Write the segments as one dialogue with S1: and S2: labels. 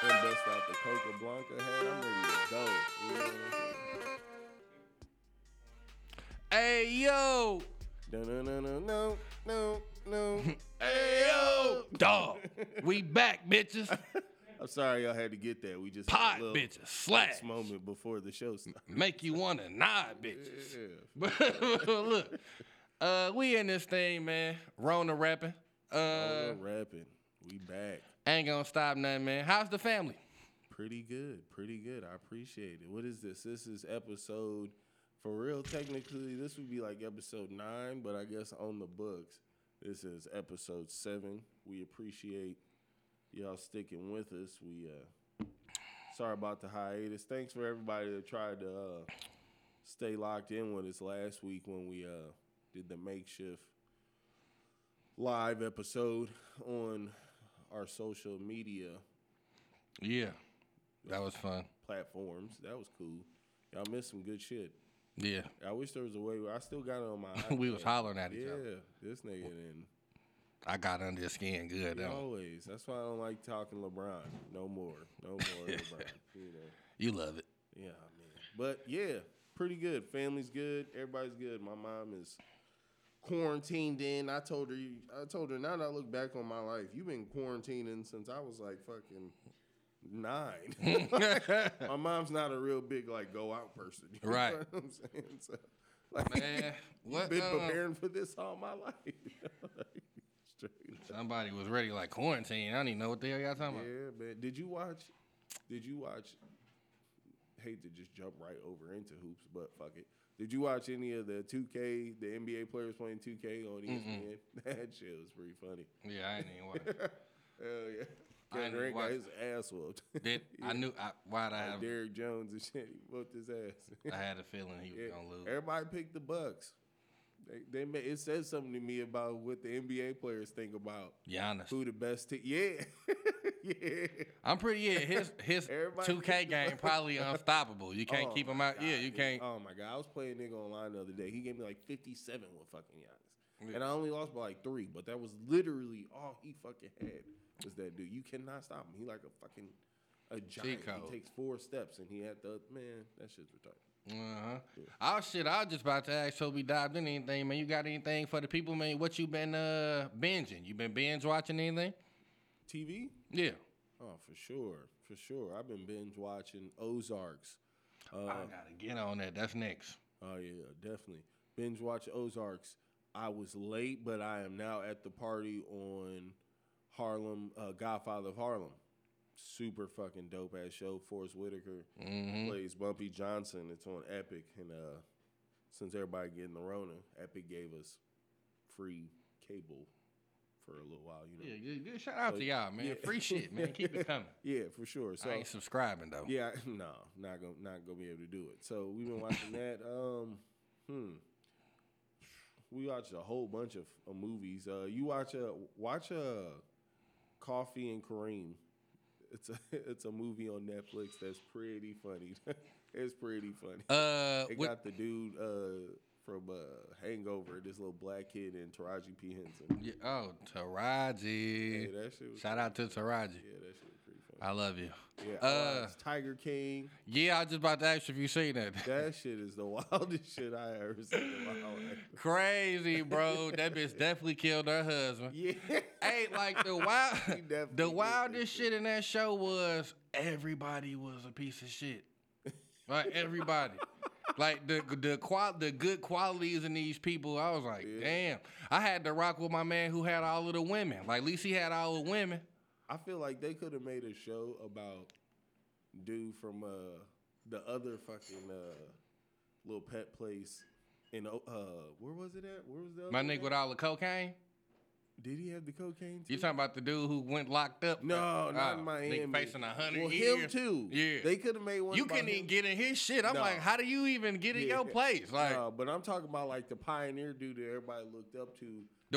S1: That bust out the Coca Blanca hat. I'm ready to go. You know what I'm saying?
S2: Hey yo,
S1: No, no, no, no, no, no, no.
S2: hey yo, dog. We back, bitches.
S1: I'm sorry y'all had to get that. We just
S2: Pot
S1: had a little
S2: bitches, slash.
S1: This moment before the show started.
S2: Make you wanna nod, bitches.
S1: Yeah.
S2: But look, uh, we in this thing, man. Rona rapping. Uh,
S1: We're rapping. We back.
S2: ain't gonna stop nothing, man. How's the family?
S1: Pretty good. Pretty good. I appreciate it. What is this? This is episode, for real, technically, this would be like episode nine, but I guess on the books, this is episode seven. We appreciate y'all sticking with us. We, uh, sorry about the hiatus. Thanks for everybody that tried to, uh, stay locked in with us last week when we, uh, did the makeshift live episode on our social media
S2: Yeah, that was fun.
S1: platforms. That was cool. Y'all missed some good shit.
S2: Yeah,
S1: I wish there was a way. Where I still got it on my.
S2: we
S1: iPad.
S2: was hollering at each
S1: Yeah,
S2: other.
S1: this nigga didn't.
S2: I got under his skin good.
S1: He
S2: though.
S1: Always. That's why I don't like talking LeBron. No more. No more LeBron. You know.
S2: You love it.
S1: Yeah, man. But yeah, pretty good. Family's good. Everybody's good. My mom is quarantined in. I told her. I told her. Now that I look back on my life, you've been quarantining since I was like fucking nine. my mom's not a real big like go out person. You know
S2: Right.
S1: what I'm saying? So, like,
S2: Man,
S1: I've
S2: what?
S1: been
S2: uh,
S1: preparing for this all my life. Straight up.
S2: somebody was ready like quarantine. I don't even know what the hell y'all talking about.
S1: Yeah, man. Did you watch? Did you watch? Hate to just jump right over into hoops, but fuck it. Did you watch any of the 2K, the NBA players playing 2K on E ESPN? That shit was pretty funny.
S2: Yeah, I ain't even watch.
S1: Hell yeah.
S2: I ain't
S1: Kevin Durant got
S2: watch-
S1: his ass whooped.
S2: Did I knew I, why'd I have?
S1: Derrick Jones and shit, he whooped his ass.
S2: I had a feeling he was
S1: Yeah,
S2: gonna lose.
S1: Everybody picked the Bucks. They, they ma- it says something to me about what the NBA players think about
S2: Giannis.
S1: who the best team. Yeah, yeah.
S2: I'm pretty yeah. His his
S1: Everybody
S2: two K
S1: think
S2: game probably unstoppable. You can't
S1: Oh
S2: keep him
S1: my
S2: out. yeah,
S1: God,
S2: you
S1: dude.
S2: can't.
S1: Oh my god, I was playing nigga online the other day. He gave me like fifty seven with fucking Giannis,
S2: Yeah.
S1: and I only lost by like three. But that was literally all he fucking had was that dude. You cannot stop him. He like a fucking a giant.
S2: code.
S1: He takes four steps and he had the man. That shit's retarded.
S2: Uh-huh. Oh shit! I was just about to ask Toby dived in anything, man. You got anything for the people, man? What you been uh binging? You been binge watching anything?
S1: TV.
S2: Yeah.
S1: Oh, for sure, for sure. I've been binge watching Ozarks. Uh, Um,
S2: I gotta get on that. That's next.
S1: Oh yeah, definitely. Binge watch Ozarks. I was late, but I am now at the party on Harlem, uh, Godfather of Harlem. Super fucking dope ass show. Forrest Whitaker
S2: Mm-hmm.
S1: plays Bumpy Johnson. It's on Epic, and uh, since everybody getting the Rona, Epic gave us free cable for a little while. You know,
S2: Yeah, good, good. Shout out to y'all, man.
S1: yeah.
S2: Free shit, man. Keep it coming.
S1: yeah, for sure. So
S2: I ain't subscribing though.
S1: yeah, no, not gonna not gonna be able to do it. So we've been watching that. Um, hmm. We watched a whole bunch of uh, movies. Uh, you watch a watch a Coffee and Kareem. It's a it's a movie on Netflix that's pretty funny. it's pretty funny.
S2: Uh,
S1: It
S2: what,
S1: got the dude uh, from uh, Hangover, this little black kid, and Taraji P Henson.
S2: yeah, oh
S1: Yeah,
S2: Taraji.
S1: that shit was.
S2: Shout out to Taraji.
S1: Yeah, that shit was pretty funny.
S2: I love you.
S1: Yeah,
S2: uh,
S1: uh, Tiger King.
S2: Yeah, I was just about to ask you if you seen that.
S1: That shit is the wildest shit I ever seen in my life.
S2: Crazy, bro. that bitch definitely killed her husband.
S1: Yeah.
S2: Hey, like the wild,
S1: definitely did
S2: the
S1: that
S2: wildest
S1: shit.
S2: shit in that show was everybody was a piece of shit. Like everybody. Like the the qual the good qualities in these people, I was like,
S1: Yeah.
S2: damn. I had to rock with my man who had all of the women. Like at least he had all the women.
S1: I feel like they could have made a show about dude from uh, the other fucking uh, little pet place in O- uh, where was it at? Where was the other
S2: My
S1: one
S2: nigga
S1: at?
S2: with all the cocaine.
S1: Did he have the cocaine? Too?
S2: You talking about the dude who went locked up?
S1: no, not
S2: Oh,
S1: in Miami.
S2: Nigga facing a hundred
S1: Well,
S2: years.
S1: him too.
S2: Yeah.
S1: they could have made one.
S2: You
S1: about
S2: couldn't
S1: him.
S2: even get in his shit. I'm
S1: No.
S2: like, how do you even get in
S1: Yeah.
S2: your place? Like,
S1: No, but I'm talking about like the pioneer dude that everybody looked up to.
S2: The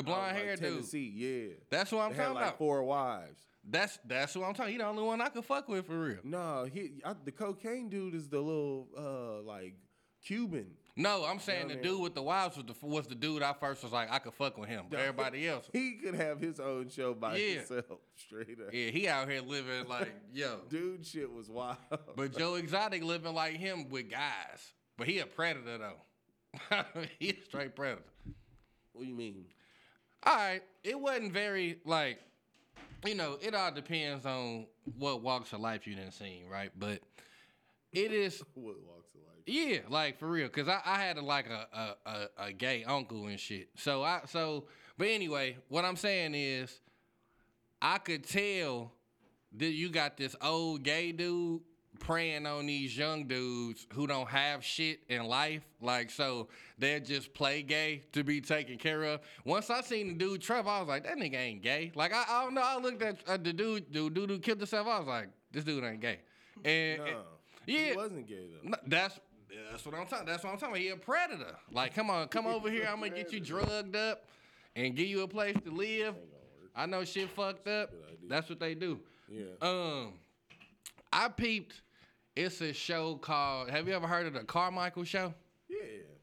S1: out of,
S2: blonde
S1: like,
S2: hair dude.
S1: Tennessee, yeah.
S2: that's what I'm
S1: they had
S2: talking
S1: like
S2: about.
S1: four wives.
S2: That's that's what I'm talking. He the only one I could fuck with for real.
S1: No, he I, the cocaine dude is the little uh like Cuban.
S2: No, I'm
S1: Yeah,
S2: saying the
S1: man.
S2: dude with the wives was the was the dude I first was like I could fuck with him. But everybody else,
S1: He could have his own show by
S2: Yeah.
S1: himself, straight up.
S2: yeah, he out here living like yo.
S1: Dude, shit was wild.
S2: But Joe Exotic living like him with guys, but he a predator though. he a straight predator.
S1: what do you mean?
S2: All right, it wasn't very like, you know, it all depends on what walks of life you didn't seen, right? But it is
S1: What walks of life?
S2: Yeah, like for real, cause I, I had a, like a, a, a a gay uncle and shit. So I so but anyway, what I'm saying is, I could tell that you got this old gay dude preying on these young dudes who don't have shit in life. Like so, they just play gay to be taken care of. Once I seen the dude Trevor, I was like, that nigga ain't gay. Like I, I don't know. I looked at uh, the dude, dude, dude who killed himself. I was like, this dude ain't gay. And,
S1: No,
S2: and-
S1: he
S2: yeah,
S1: wasn't gay though.
S2: no, that's that's what I'm talking. That's what I'm talking. about. He a predator. Like, come on, come over here. I'm gonna get you drugged up and give you a place to live. I know shit fucked up. That's what they do.
S1: Yeah,
S2: Um, I peeped. It's a show called. Have you ever heard of the Carmichael Show?
S1: yeah.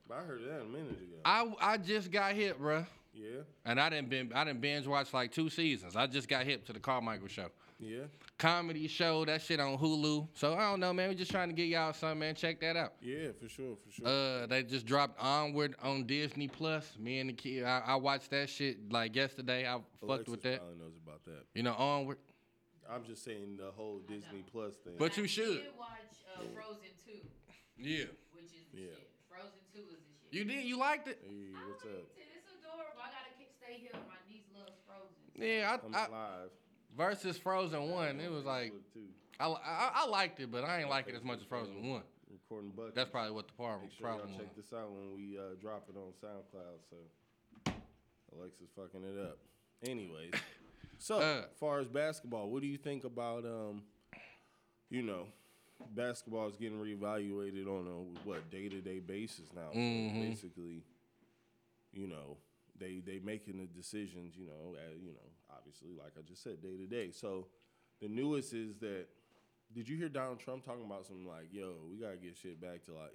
S1: but I heard that a minute ago.
S2: I I just got hit, bruh.
S1: yeah,
S2: And I didn't been I didn't binge watch like two seasons. I just got hit to the Carmichael Show.
S1: yeah,
S2: Comedy show, that shit on Hulu. So I don't know, man. We're just trying to get y'all something, man. Check that out.
S1: yeah, for sure, for sure.
S2: Uh, they just dropped Onward on Disney Plus. Me and the kid, I, I watched that shit like yesterday. I fucked
S1: Alexis
S2: with that.
S1: Probably knows about that.
S2: You know, Onward.
S1: I'm just saying the whole Disney Plus thing.
S2: But you
S3: I
S2: should.
S3: did watch uh, Frozen 2,
S2: Yeah.
S3: which is the
S1: Yeah.
S3: shit. Frozen 2 is the shit.
S2: You did. You liked it.
S1: hey,
S3: I
S1: what's up?
S3: liked it. It's adorable. I gotta keep- stay here. My niece loves Frozen.
S2: Yeah.
S1: I'm
S2: I, I
S1: live.
S2: versus Frozen one. It was like
S1: Facebook, too.
S2: I, I I liked it, but I ain't like it as much as Frozen one.
S1: recording buckets.
S2: That's probably what the problem
S1: Make sure
S2: problem
S1: y'all
S2: was.
S1: check this out when we uh, drop it on SoundCloud. So Alexa's fucking it up. Anyways, so
S2: Uh.
S1: as far as basketball, what do you think about um, you know, basketball is getting reevaluated on a what day to day basis now. So
S2: Mhm.
S1: basically, you know, they they making the decisions. You know, uh, you know, obviously, like I just said, day to day. So the newest is that. Did you hear Donald Trump talking about something like, "Yo, we gotta get shit back to like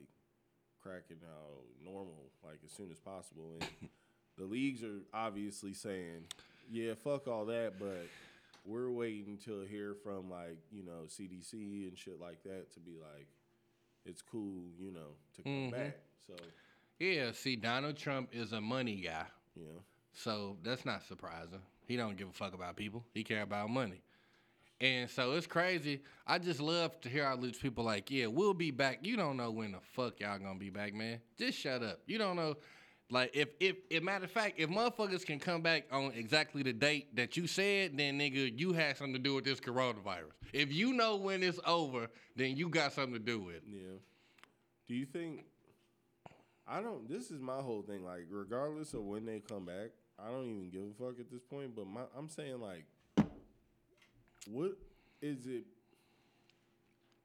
S1: cracking how normal, like as soon as possible. And the leagues are obviously saying, yeah, fuck all that, but we're waiting to hear from like, you know, CDC and shit like that to be like, it's cool, you know, to come
S2: Mhm.
S1: back. So,
S2: Yeah. See, Donald Trump is a money guy,
S1: you know,
S2: so that's not surprising. He don't give a fuck about people. He care about money. And so it's crazy. I just love to hear all these people like, yeah, we'll be back. You don't know when the fuck y'all gonna be back, man. Just shut up. You don't know. Like, if, if, if matter of fact, if motherfuckers can come back on exactly the date that you said, then nigga, you had something to do with this coronavirus. If you know when it's over, then you got something to do with it.
S1: yeah. Do you think, I don't, this is my whole thing. Like, regardless of when they come back, I don't even give a fuck at this point, but my, I'm saying like, what is it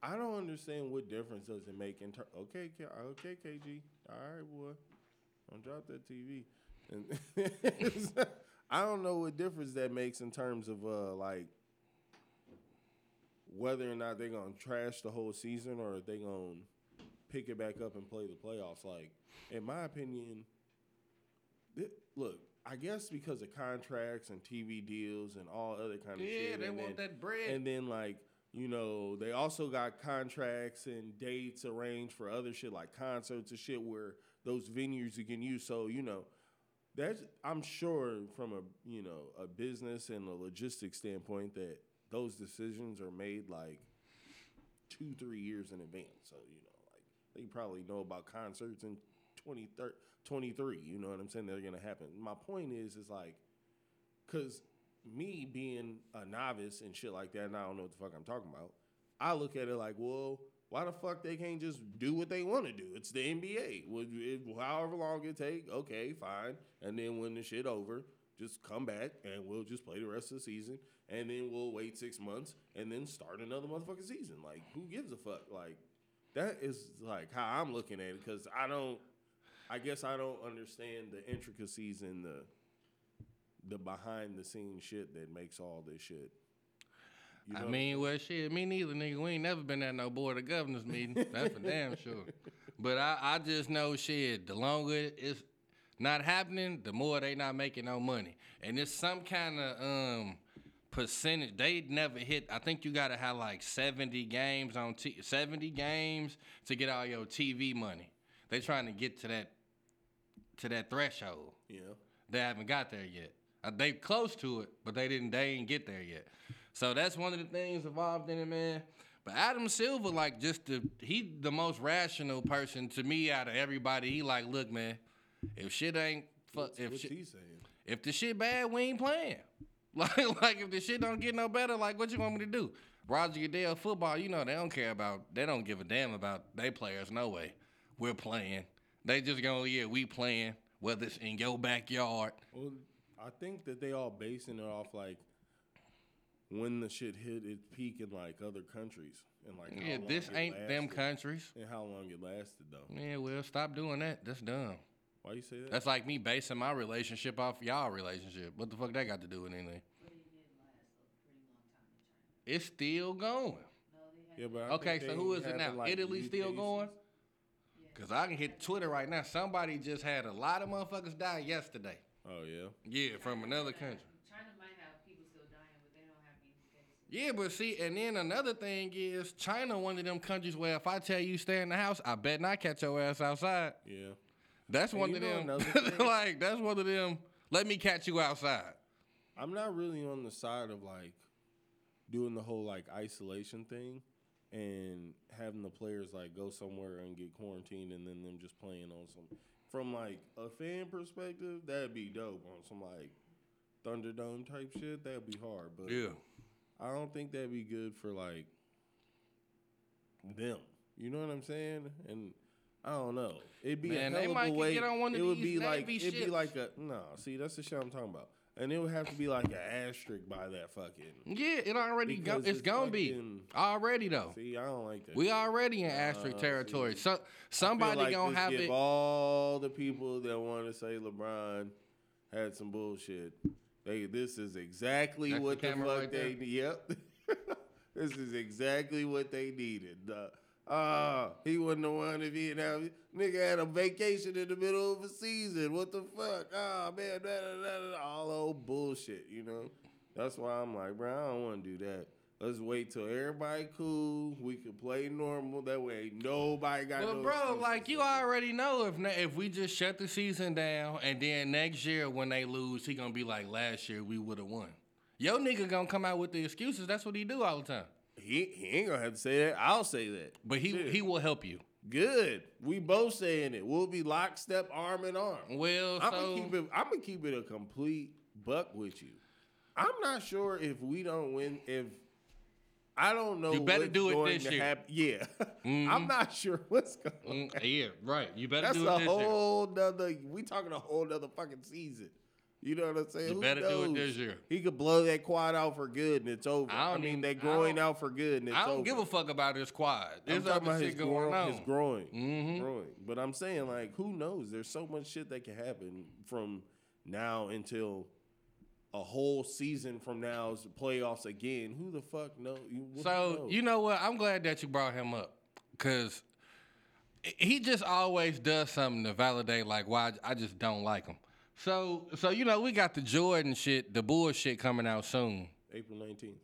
S1: I don't understand what difference does it make in ter- okay, K- okay, KG, all right, boy, don't drop that TV. And I don't know what difference that makes in terms of uh like whether or not they're gonna trash the whole season or if they gonna pick it back up and play the playoffs. Like, in my opinion, thi- look, I guess because of contracts and TV deals and all other kind of shit.
S2: Yeah, they
S1: and then-
S2: want that bread.
S1: and then like you know they also got contracts and dates arranged for other shit like concerts and shit where those venues you can use so you know that's i'm sure from a you know a business and a logistics standpoint that those decisions are made like two three years in advance so you know like they probably know about concerts in 23 23 you know what i'm saying they're gonna happen my point is is like Cause me being a novice and shit like that, and I don't know what the fuck I'm talking about. I look at it like, well, why the fuck they can't just do what they want to do? It's the NBA. Well, it- however long it take, okay, fine. And then when the shit over, just come back and we'll just play the rest of the season, and then we'll wait six months and then start another motherfucking season. Like, who gives a fuck? Like, that is like how I'm looking at it because I don't. I guess I don't understand the intricacies and the the behind the scenes shit that makes all this shit. You
S2: I
S1: know?
S2: mean, well, shit, me neither, nigga. We ain't never been at no board of governors meeting. That's for damn sure. But I, I just know shit. The longer it's not happening, the more they not making no money. And it's some kind of um percentage. They never hit. I think you gotta have like seventy games on t- seventy games to get all your TV money. They trying to get to that to that threshold.
S1: Yeah.
S2: They haven't got there yet. Uh, They close to it, but they didn't. They ain't get there yet. So that's one of the things involved in it, man. But Adam Silver, like, just the he the most rational person to me out of everybody. He like, look, man, if shit ain't fuck,
S1: What's,
S2: if
S1: what's
S2: shit,
S1: he saying?
S2: if the shit bad, we ain't playing. Like, like if the shit don't get no better, like what you want me to do? Roger Goodell football, you know they don't care about, they don't give a damn about they players. No way, we're playing. They just go, yeah, we playing. Whether it's in your backyard,
S1: Well, I think that they all basing it off like when the shit hit its peak in like other countries and like how
S2: yeah,
S1: long
S2: this
S1: it
S2: ain't them
S1: lasted
S2: countries.
S1: and how long it lasted though.
S2: Yeah, well, stop doing that. That's dumb.
S1: Why you say that?
S2: That's like me basing my relationship off y'all relationship. What the fuck that got to do with anything? It's still going.
S1: yeah, but I
S2: Okay,
S1: think
S2: so
S1: they
S2: who is it
S1: having,
S2: now?
S1: like,
S2: Italy
S1: new
S2: still
S1: cases.
S2: going? Cause I can hit Twitter right now. Somebody just had a lot of motherfuckers die yesterday.
S1: Oh yeah.
S2: Yeah, from another country.
S3: China might have people still dying, but they don't have any cases.
S2: Yeah, but see, and then another thing is China, one of them countries where if I tell you stay in the house, I bet not catch your ass outside.
S1: Yeah.
S2: That's
S1: And
S2: one
S1: you
S2: of
S1: know
S2: them.
S1: another thing?
S2: like that's one of them. Let me catch you outside.
S1: I'm not really on the side of like doing the whole like isolation thing and having the players like go somewhere and get quarantined and then them just playing on some from like a fan perspective, that'd be dope on some like Thunderdome type shit, that'd be hard. But
S2: Yeah.
S1: I don't think that'd be good for like them. You know what I'm saying? And I don't know. It'd be
S2: Man,
S1: a
S2: they
S1: hell of
S2: might
S1: a
S2: get-
S1: way.
S2: get on one of
S1: it would be
S2: these
S1: like
S2: Navy
S1: it'd
S2: ships.
S1: be like a no. See, that's the shit I'm talking about. And it would have to be like an asterisk by that fucking.
S2: Yeah, it already go,
S1: Because
S2: it's,
S1: it's
S2: gonna
S1: fucking-
S2: be already though.
S1: See, I don't like that.
S2: we
S1: shit.
S2: already in asterisk
S1: Nah,
S2: territory.
S1: see.
S2: So
S1: I feel
S2: somebody
S1: like
S2: gonna
S1: this
S2: have
S1: give
S2: it.
S1: All the people that want to say LeBron had some bullshit. They this is exactly
S2: That's the
S1: what the, fuck
S2: camera right
S1: they
S2: there.
S1: yep. this is exactly what they needed. The- Ah, he wasn't the one if he didn't have nigga had a vacation in the middle of a season. What the fuck? Ah man, da, da, da, da, all old bullshit. You know, that's why I'm like, bro, I don't want to do that. Let's wait till everybody cool. We can play normal. That way, ain't nobody got.
S2: Well,
S1: no
S2: bro,
S1: excuses
S2: like you
S1: no more.
S2: already know if na- if we just shut the season down and then next year when they lose, he gonna be like last year we would have won. Yo, nigga gonna come out with the excuses. That's what he do all the time.
S1: He, he ain't gonna have to say that. I'll say that.
S2: But he
S1: Shit.
S2: he will help you.
S1: good. We both saying it. We'll be lockstep, arm in arm.
S2: Well,
S1: I'm
S2: so
S1: gonna keep it. I'm gonna keep it a complete buck with you. I'm not sure if we don't win. If I don't know,
S2: You better
S1: what's
S2: do it
S1: going
S2: this
S1: to
S2: year. Mm-hmm.
S1: hap- Yeah, I'm not sure what's going. on.
S2: Mm, yeah, right. You better
S1: That's
S2: do
S1: a
S2: it this year.
S1: whole nother. We talking a whole nother fucking season. You know what I'm saying?
S2: You
S1: Who
S2: better do it
S1: knows?
S2: this year.
S1: He could blow that quad out for good and it's over.
S2: I
S1: I,
S2: don't
S1: mean,
S2: even-
S1: that
S2: I
S1: growing
S2: don't-
S1: out for good and it's
S2: I don't
S1: over.
S2: give a fuck about his squad.
S1: I'm
S2: There's
S1: talking
S2: other
S1: about his
S2: shit going
S1: growing,
S2: on.
S1: his growing,
S2: Mhm.
S1: growing. But I'm saying, like, who knows? There's so much shit that can happen from now until a whole season from now is the playoffs again. Who the fuck know? You, what the
S2: So
S1: fuck?
S2: you know what? I'm glad that you brought him up because he just always does something to validate like why I just don't like him. So so you know we got the Jordan shit, the bullshit coming out soon.
S1: April 19th.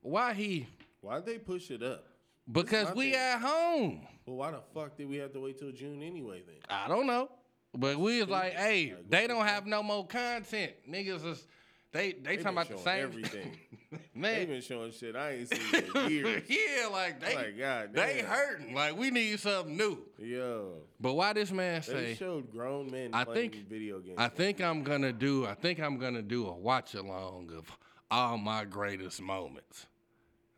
S2: Why he?
S1: Why'd they push it up?
S2: Because
S1: my
S2: we
S1: thing.
S2: at home.
S1: Well, why the fuck did we have to wait till June anyway? Then
S2: I don't know, but we was like, hey,
S1: Like,
S2: they
S1: what
S2: don't have no more content. Niggas is they
S1: They
S2: they, talking
S1: been
S2: about the
S1: showing
S2: same
S1: everything. They've
S2: man.
S1: been showing shit I ain't seen in years.
S2: yeah, like they
S1: Like, God
S2: they
S1: damn.
S2: hurting. Like we need something new.
S1: Yo,
S2: But why this man say?
S1: they showed grown men
S2: I
S1: playing
S2: think-
S1: video games.
S2: I think I'm gonna do. I think I'm gonna do a watch along of all my greatest moments.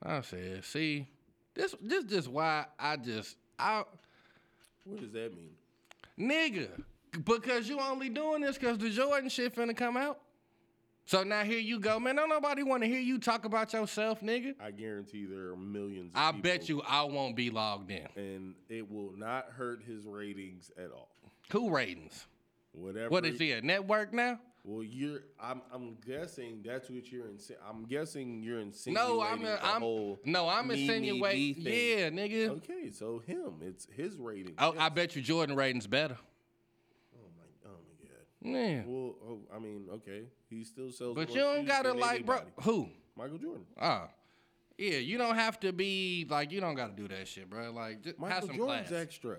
S2: I said, see, this this just why I just I
S1: what does that mean?
S2: nigga because you only doing this because the Jordan shit finna come out. So now here you go, man. Don't nobody want to hear you talk about yourself, nigga.
S1: I guarantee there are millions. Of
S2: I
S1: people
S2: bet you I won't be logged in.
S1: and it will not hurt his ratings at all.
S2: Who ratings?
S1: Whatever.
S2: What is he a network now?
S1: Well, you're. I'm. I'm guessing that's what you're. Insi- I'm guessing you're insinuating
S2: No, I'm
S1: the
S2: I'm
S1: whole.
S2: no, I'm
S1: me, me, me
S2: insinuating.
S1: thing.
S2: Yeah, nigga.
S1: Okay, so him. It's his rating.
S2: Oh, I
S1: Yes.
S2: bet you Jordan rating's better.
S1: Oh my. Oh my god.
S2: Yeah.
S1: Well, oh, I mean, okay, he still sells.
S2: But
S1: more
S2: you don't
S1: shoes
S2: gotta
S1: than
S2: like, bro.
S1: anybody.
S2: Who?
S1: Michael Jordan.
S2: Ah, yeah. You don't have to be like. You don't gotta do that shit, bro. Like, just have
S1: Michael
S2: some
S1: Jordan's
S2: class.
S1: extra.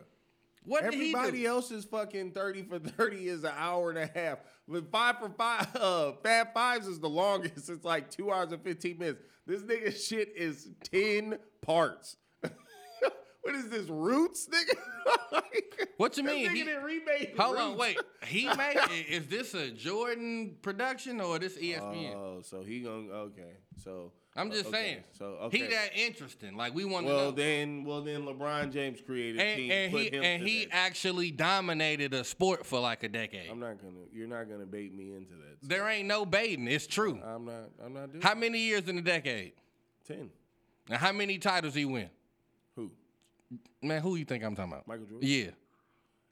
S2: what did he
S1: Everybody
S2: do?
S1: else is fucking thirty for thirty is an hour and a half. But five for five, uh, Fab Fives is the longest. It's like two hours and fifteen minutes. This nigga shit is ten parts. what is this Roots, nigga?
S2: What you
S1: This
S2: mean?
S1: nigga
S2: He-
S1: done remade
S2: Hold on,
S1: Roots.
S2: wait. He made. i- is this a Jordan production or this E ESPN?
S1: Oh, so he gonna okay. So
S2: I'm just
S1: okay,
S2: saying.
S1: So okay.
S2: He that interesting. Like we want
S1: well
S2: to know.
S1: then, well then, LeBron James created a
S2: And,
S1: team.
S2: and
S1: put
S2: he
S1: him
S2: and
S1: to
S2: he
S1: that.
S2: actually dominated a sport for like a decade.
S1: I'm not gonna. You're not gonna bait me into that.
S2: there ain't no baiting. It's true.
S1: I'm not. I'm not doing.
S2: How many years in a decade?
S1: ten?
S2: And how many titles he win?
S1: Who?
S2: Man, who you think I'm talking about?
S1: Michael Jordan.
S2: Yeah.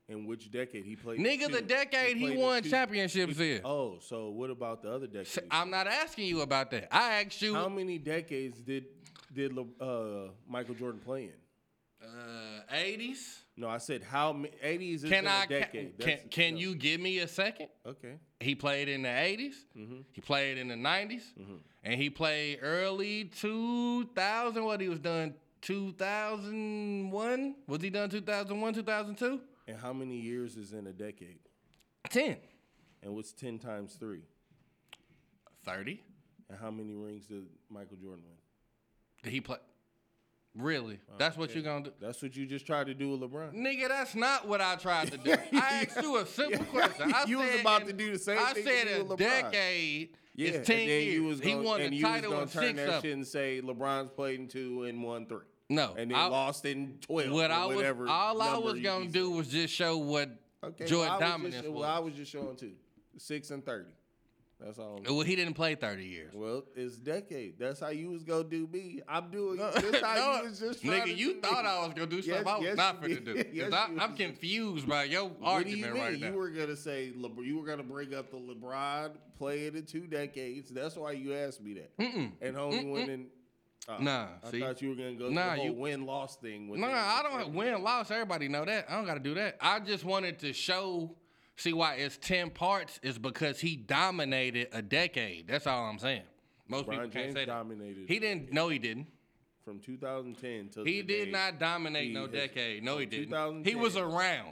S1: In which decade he played? in
S2: Nigga, the
S1: two.
S2: decade he
S1: played in
S2: won
S1: two.
S2: championships in.
S1: Oh, so what about the other decade?
S2: S- I'm not asking you about that. I asked you.
S1: How many decades did did Le- uh, Michael Jordan play in?
S2: uh, 80s.
S1: No, I said how many eighties is
S2: Can
S1: in a
S2: I? ca-
S1: decade.
S2: Can,
S1: That's-
S2: can
S1: no.
S2: you give me a second?
S1: Okay.
S2: He played in the 80s.
S1: Mm-hmm.
S2: He played in the 90s. And he played early 2000. What he was done 2001? Was he done 2001, 2002?
S1: And how many years is in a decade?
S2: 10.
S1: And what's ten times three?
S2: 30.
S1: And how many rings did Michael Jordan win?
S2: Did he play? Really?
S1: Oh,
S2: That's what you're going to do?
S1: That's what you just tried to do with LeBron.
S2: Nigga, that's not what I tried to do. I asked you a simple question. I
S1: You was
S2: said
S1: about
S2: in-
S1: to do the same
S2: I
S1: thing you
S2: said
S1: did
S2: a
S1: with LeBron.
S2: decade
S1: and
S2: is ten
S1: then
S2: years.
S1: You was
S2: he
S1: gonna-
S2: won
S1: and
S2: the
S1: you was
S2: title
S1: gonna
S2: in
S1: turn
S2: six
S1: that
S2: of
S1: shit
S2: them.
S1: and say LeBron's played in two and won three.
S2: No,
S1: and then
S2: I-
S1: lost in twelve.
S2: What
S1: or
S2: I was,
S1: whatever
S2: all I
S1: number
S2: was
S1: you
S2: gonna
S1: be
S2: do
S1: saying.
S2: was just show what
S1: Okay, well, I
S2: Jordan
S1: was
S2: dominance
S1: just-
S2: was.
S1: Well, I was just showing two, six and thirty. That's all. I'm-
S2: Well, he didn't play thirty years.
S1: Well, it's decade. That's how you was gonna do me. I'm doing. That's how you was just trying
S2: nigga,
S1: to
S2: you
S1: do
S2: thought
S1: me.
S2: I was gonna do
S1: Yes,
S2: something I was
S1: yes,
S2: not
S1: you
S2: gonna do.
S1: did.
S2: 'Cause
S1: Yes,
S2: I,
S1: you
S2: I'm
S1: did.
S2: confused by your
S1: What do you
S2: argument
S1: mean?
S2: right
S1: you
S2: now.
S1: were gonna say LeBron, you were gonna bring up the LeBron playing in two decades. That's why you asked me
S2: Hmm.
S1: that. And only winning. Uh,
S2: Nah,
S1: I
S2: see?
S1: thought you were gonna go through
S2: Nah,
S1: the whole
S2: you-
S1: win loss thing. With
S2: No,
S1: them.
S2: I don't have win loss. Everybody know that. I don't got to do that. I just wanted to show, see why it's ten parts is because he dominated a decade. That's all I'm saying. Most people
S1: LeBron
S2: can't
S1: James
S2: say that.
S1: dominated.
S2: He didn't. No, he didn't.
S1: from 2010 till
S2: He
S1: today,
S2: did not dominate
S1: he
S2: no
S1: has-
S2: decade. No, he
S1: from
S2: didn't. He was
S1: 2010.
S2: around.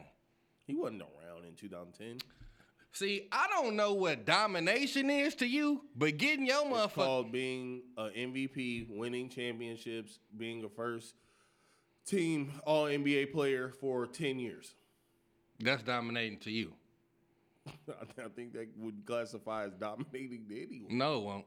S1: He wasn't around in 2010.
S2: See, I don't know what domination is to you, but getting your
S1: It's
S2: motherfucker.
S1: called being a MVP, winning championships, being a first team All NBA player for 10 years.
S2: That's dominating to you.
S1: I think that would classify as dominating to anyone.
S2: No, it won't.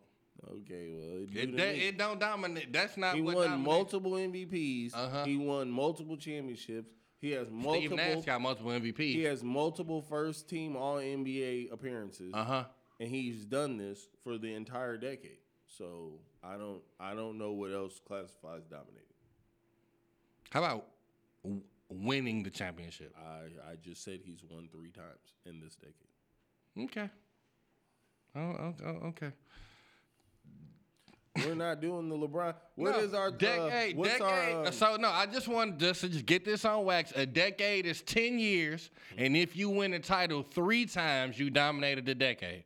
S1: Okay, well, it, do to
S2: It, that,
S1: me.
S2: it don't dominate. That's not
S1: he
S2: what
S1: won
S2: dominates.
S1: multiple MVPs.
S2: Uh-huh.
S1: He won multiple championships. He has
S2: Steve Nash
S1: multiple.
S2: got multiple MVPs.
S1: He has multiple first team All NBA appearances.
S2: Uh huh.
S1: and he's done this for the entire decade. So I don't I don't know what else classifies dominating.
S2: How about w- winning the championship?
S1: I I just said he's won three times in this decade.
S2: Okay. Oh, oh, oh, okay.
S1: We're not doing the LeBron. What
S2: No,
S1: is our uh,
S2: decade?
S1: what's
S2: decade.
S1: Our, um,
S2: so no, I just wanted just to just get this on wax. A decade is ten years, and if you win a title three times, you dominated the decade.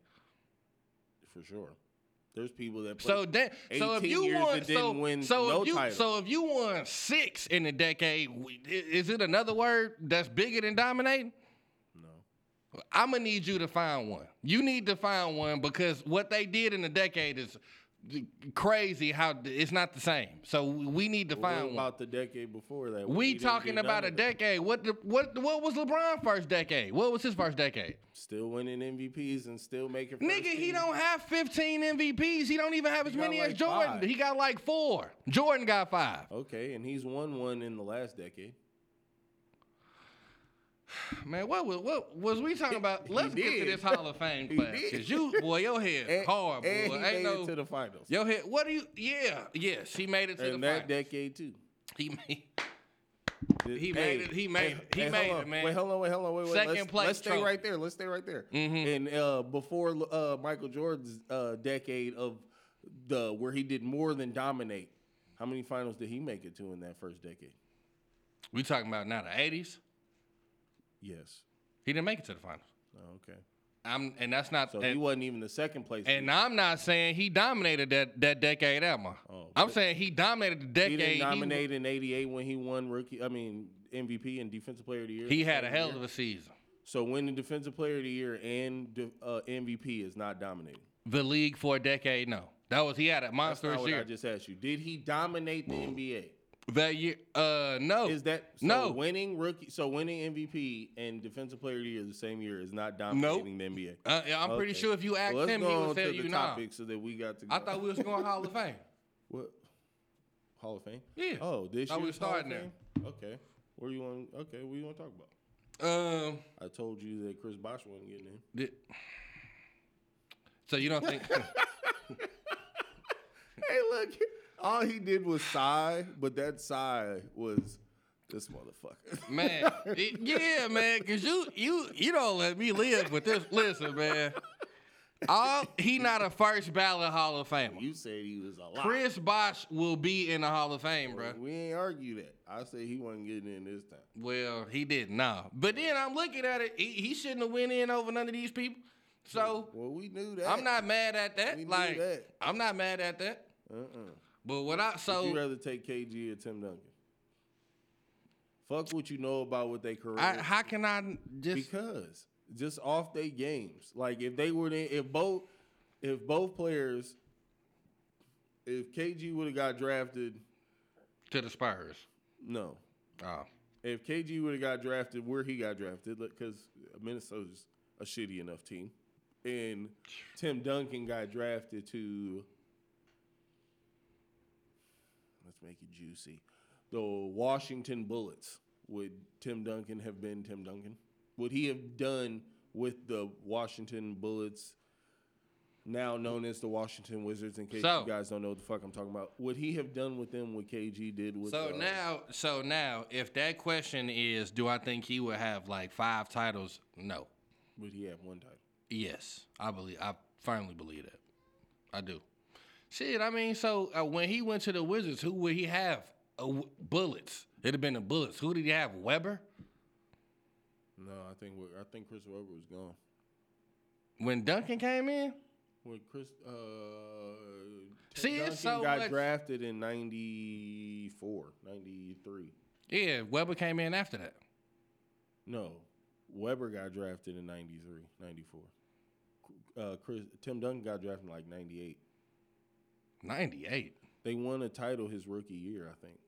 S1: for sure, there's people that play
S2: So that so if
S1: 18
S2: you
S1: years
S2: won
S1: that didn't
S2: so
S1: win
S2: so
S1: no
S2: if you
S1: title.
S2: so if you won six in a decade, w- i- is it another word that's bigger than dominating?
S1: no.
S2: I'm gonna need you to find one. You need to find one because what they did in a decade is crazy. How it's not the same. So we need to
S1: But
S2: find
S1: what
S2: one.
S1: about the decade before that? when he
S2: We
S1: didn't
S2: talking
S1: do none
S2: about a
S1: of that?
S2: decade. What the what what was LeBron first decade? What was his first decade?
S1: Still winning MVPs and still making. first
S2: Nigga, he
S1: team.
S2: don't have 15 MVPs. He don't even have as
S1: got
S2: many as
S1: like
S2: Jordan.
S1: five.
S2: He got like four. Jordan got five.
S1: Okay, and he's won one in the last decade.
S2: Man, what was what was we talking about? Let's get to
S1: did.
S2: this Hall of Fame
S1: He
S2: class.
S1: did.
S2: Cause you boy, your head
S1: And,
S2: hard, boy.
S1: and he
S2: Ain't
S1: made
S2: no
S1: it to the finals.
S2: Yo, hit. What do you? Yeah, yes, he made it to
S1: and
S2: the
S1: that
S2: finals.
S1: decade too.
S2: He made.
S1: Did-
S2: He made it- he made- he
S1: hold
S2: made
S1: on.
S2: it, man.
S1: Wait, hold on, wait, hold on, wait, wait.
S2: Second
S1: let's,
S2: place
S1: Let's stay
S2: trophy. Mm-hmm.
S1: right there. Let's stay right there. And uh, before uh, Michael Jordan's uh, decade of the where he did more than dominate, how many finals did he make it to in that first decade?
S2: We talking about now the '80s.
S1: Yes.
S2: He didn't make it to the finals.
S1: Oh, okay.
S2: I'm, and that's not.
S1: So
S2: and,
S1: he wasn't even the second place.
S2: and I'm not saying he dominated that that decade ever.
S1: Oh,
S2: I'm
S1: but-
S2: saying he dominated the decade.
S1: he didn't
S2: wa-
S1: dominate in '88 when he won rookie. I mean MVP and Defensive Player of the Year. the
S2: He had a
S1: same
S2: hell
S1: year.
S2: of a season.
S1: So winning Defensive Player of the Year and de- uh, MVP is not dominating.
S2: The league for a decade, no. That was he had a
S1: That's
S2: monster
S1: not what I
S2: year.
S1: just asked you. Did he dominate the NBA?
S2: That year, uh, no.
S1: Is that so
S2: No.
S1: winning rookie? So winning MVP and Defensive Player of the Year the same year is not dominating the NBA.
S2: Uh, yeah, I'm pretty
S1: Okay.
S2: sure if you asked
S1: Well, let's
S2: him,
S1: go
S2: he
S1: on
S2: would tell
S1: to
S2: you
S1: the
S2: no.
S1: topic so that we got to. Go.
S2: I thought we was going Hall of Fame.
S1: what Hall of Fame.
S2: Yeah.
S1: Oh, this
S2: Thought
S1: year's
S2: we
S1: Hall
S2: was
S1: of
S2: starting there.
S1: Fame? Okay. Where you want? Okay, what you want to talk about?
S2: Um,
S1: I told you that Chris Bosh wasn't getting in.
S2: di- so you don't think?
S1: Hey, look. All he did was sigh, but that sigh was this motherfucker.
S2: Man, it- yeah, man, cause you you you don't let me live with this. Listen, man, all he not a first ballot Hall of Famer.
S1: You said he was a lot.
S2: Chris Bosch will be in the Hall of Fame, bro.
S1: We ain't argue that. I say he wasn't getting in this time.
S2: Well, he did not. But then I'm looking at it. He, he shouldn't have went in over none of these people. So
S1: Well, we knew that.
S2: I'm not mad at
S1: We
S2: that.
S1: knew
S2: Like
S1: that.
S2: I'm not mad at that.
S1: Uh-uh.
S2: But what I
S1: Would you
S2: so
S1: rather take KG or Tim Duncan? Fuck what you know about what they career.
S2: I, how can I just
S1: because just off they games. Like if they were to, if both if both players if KG would have got drafted,
S2: to the Spurs?
S1: no.
S2: Oh,
S1: If KG would have got drafted where he got drafted, because Minnesota's a shitty enough team, and Tim Duncan got drafted to, let's make it juicy, the Washington Bullets. Would Tim Duncan have been Tim Duncan? Would he have done with the Washington Bullets, now known as the Washington Wizards? In case
S2: So-
S1: you guys don't know what the fuck I'm talking about, would he have done with them what KG did with?
S2: so
S1: uh,
S2: now, so now, if that question is, do I think he would have like five titles? No.
S1: would he have one title?
S2: Yes, I believe. I firmly believe that. I do. Shit, I mean, so uh, when he went to the Wizards, who would he have? Uh, w- bullets. It'd have been the Bullets. Who did he have? Weber.
S1: No, I think we- I think Chris Webber was gone.
S2: When Duncan came in,
S1: When Chris uh, Tim
S2: See,
S1: Duncan
S2: it's so
S1: got
S2: much-
S1: drafted in 94, 93.
S2: yeah, Weber came in after that.
S1: No, Weber got drafted in 93, 94. Uh, Chris Tim Duncan got drafted in like 98.
S2: Ninety-eight.
S1: They won a title his rookie year, I think.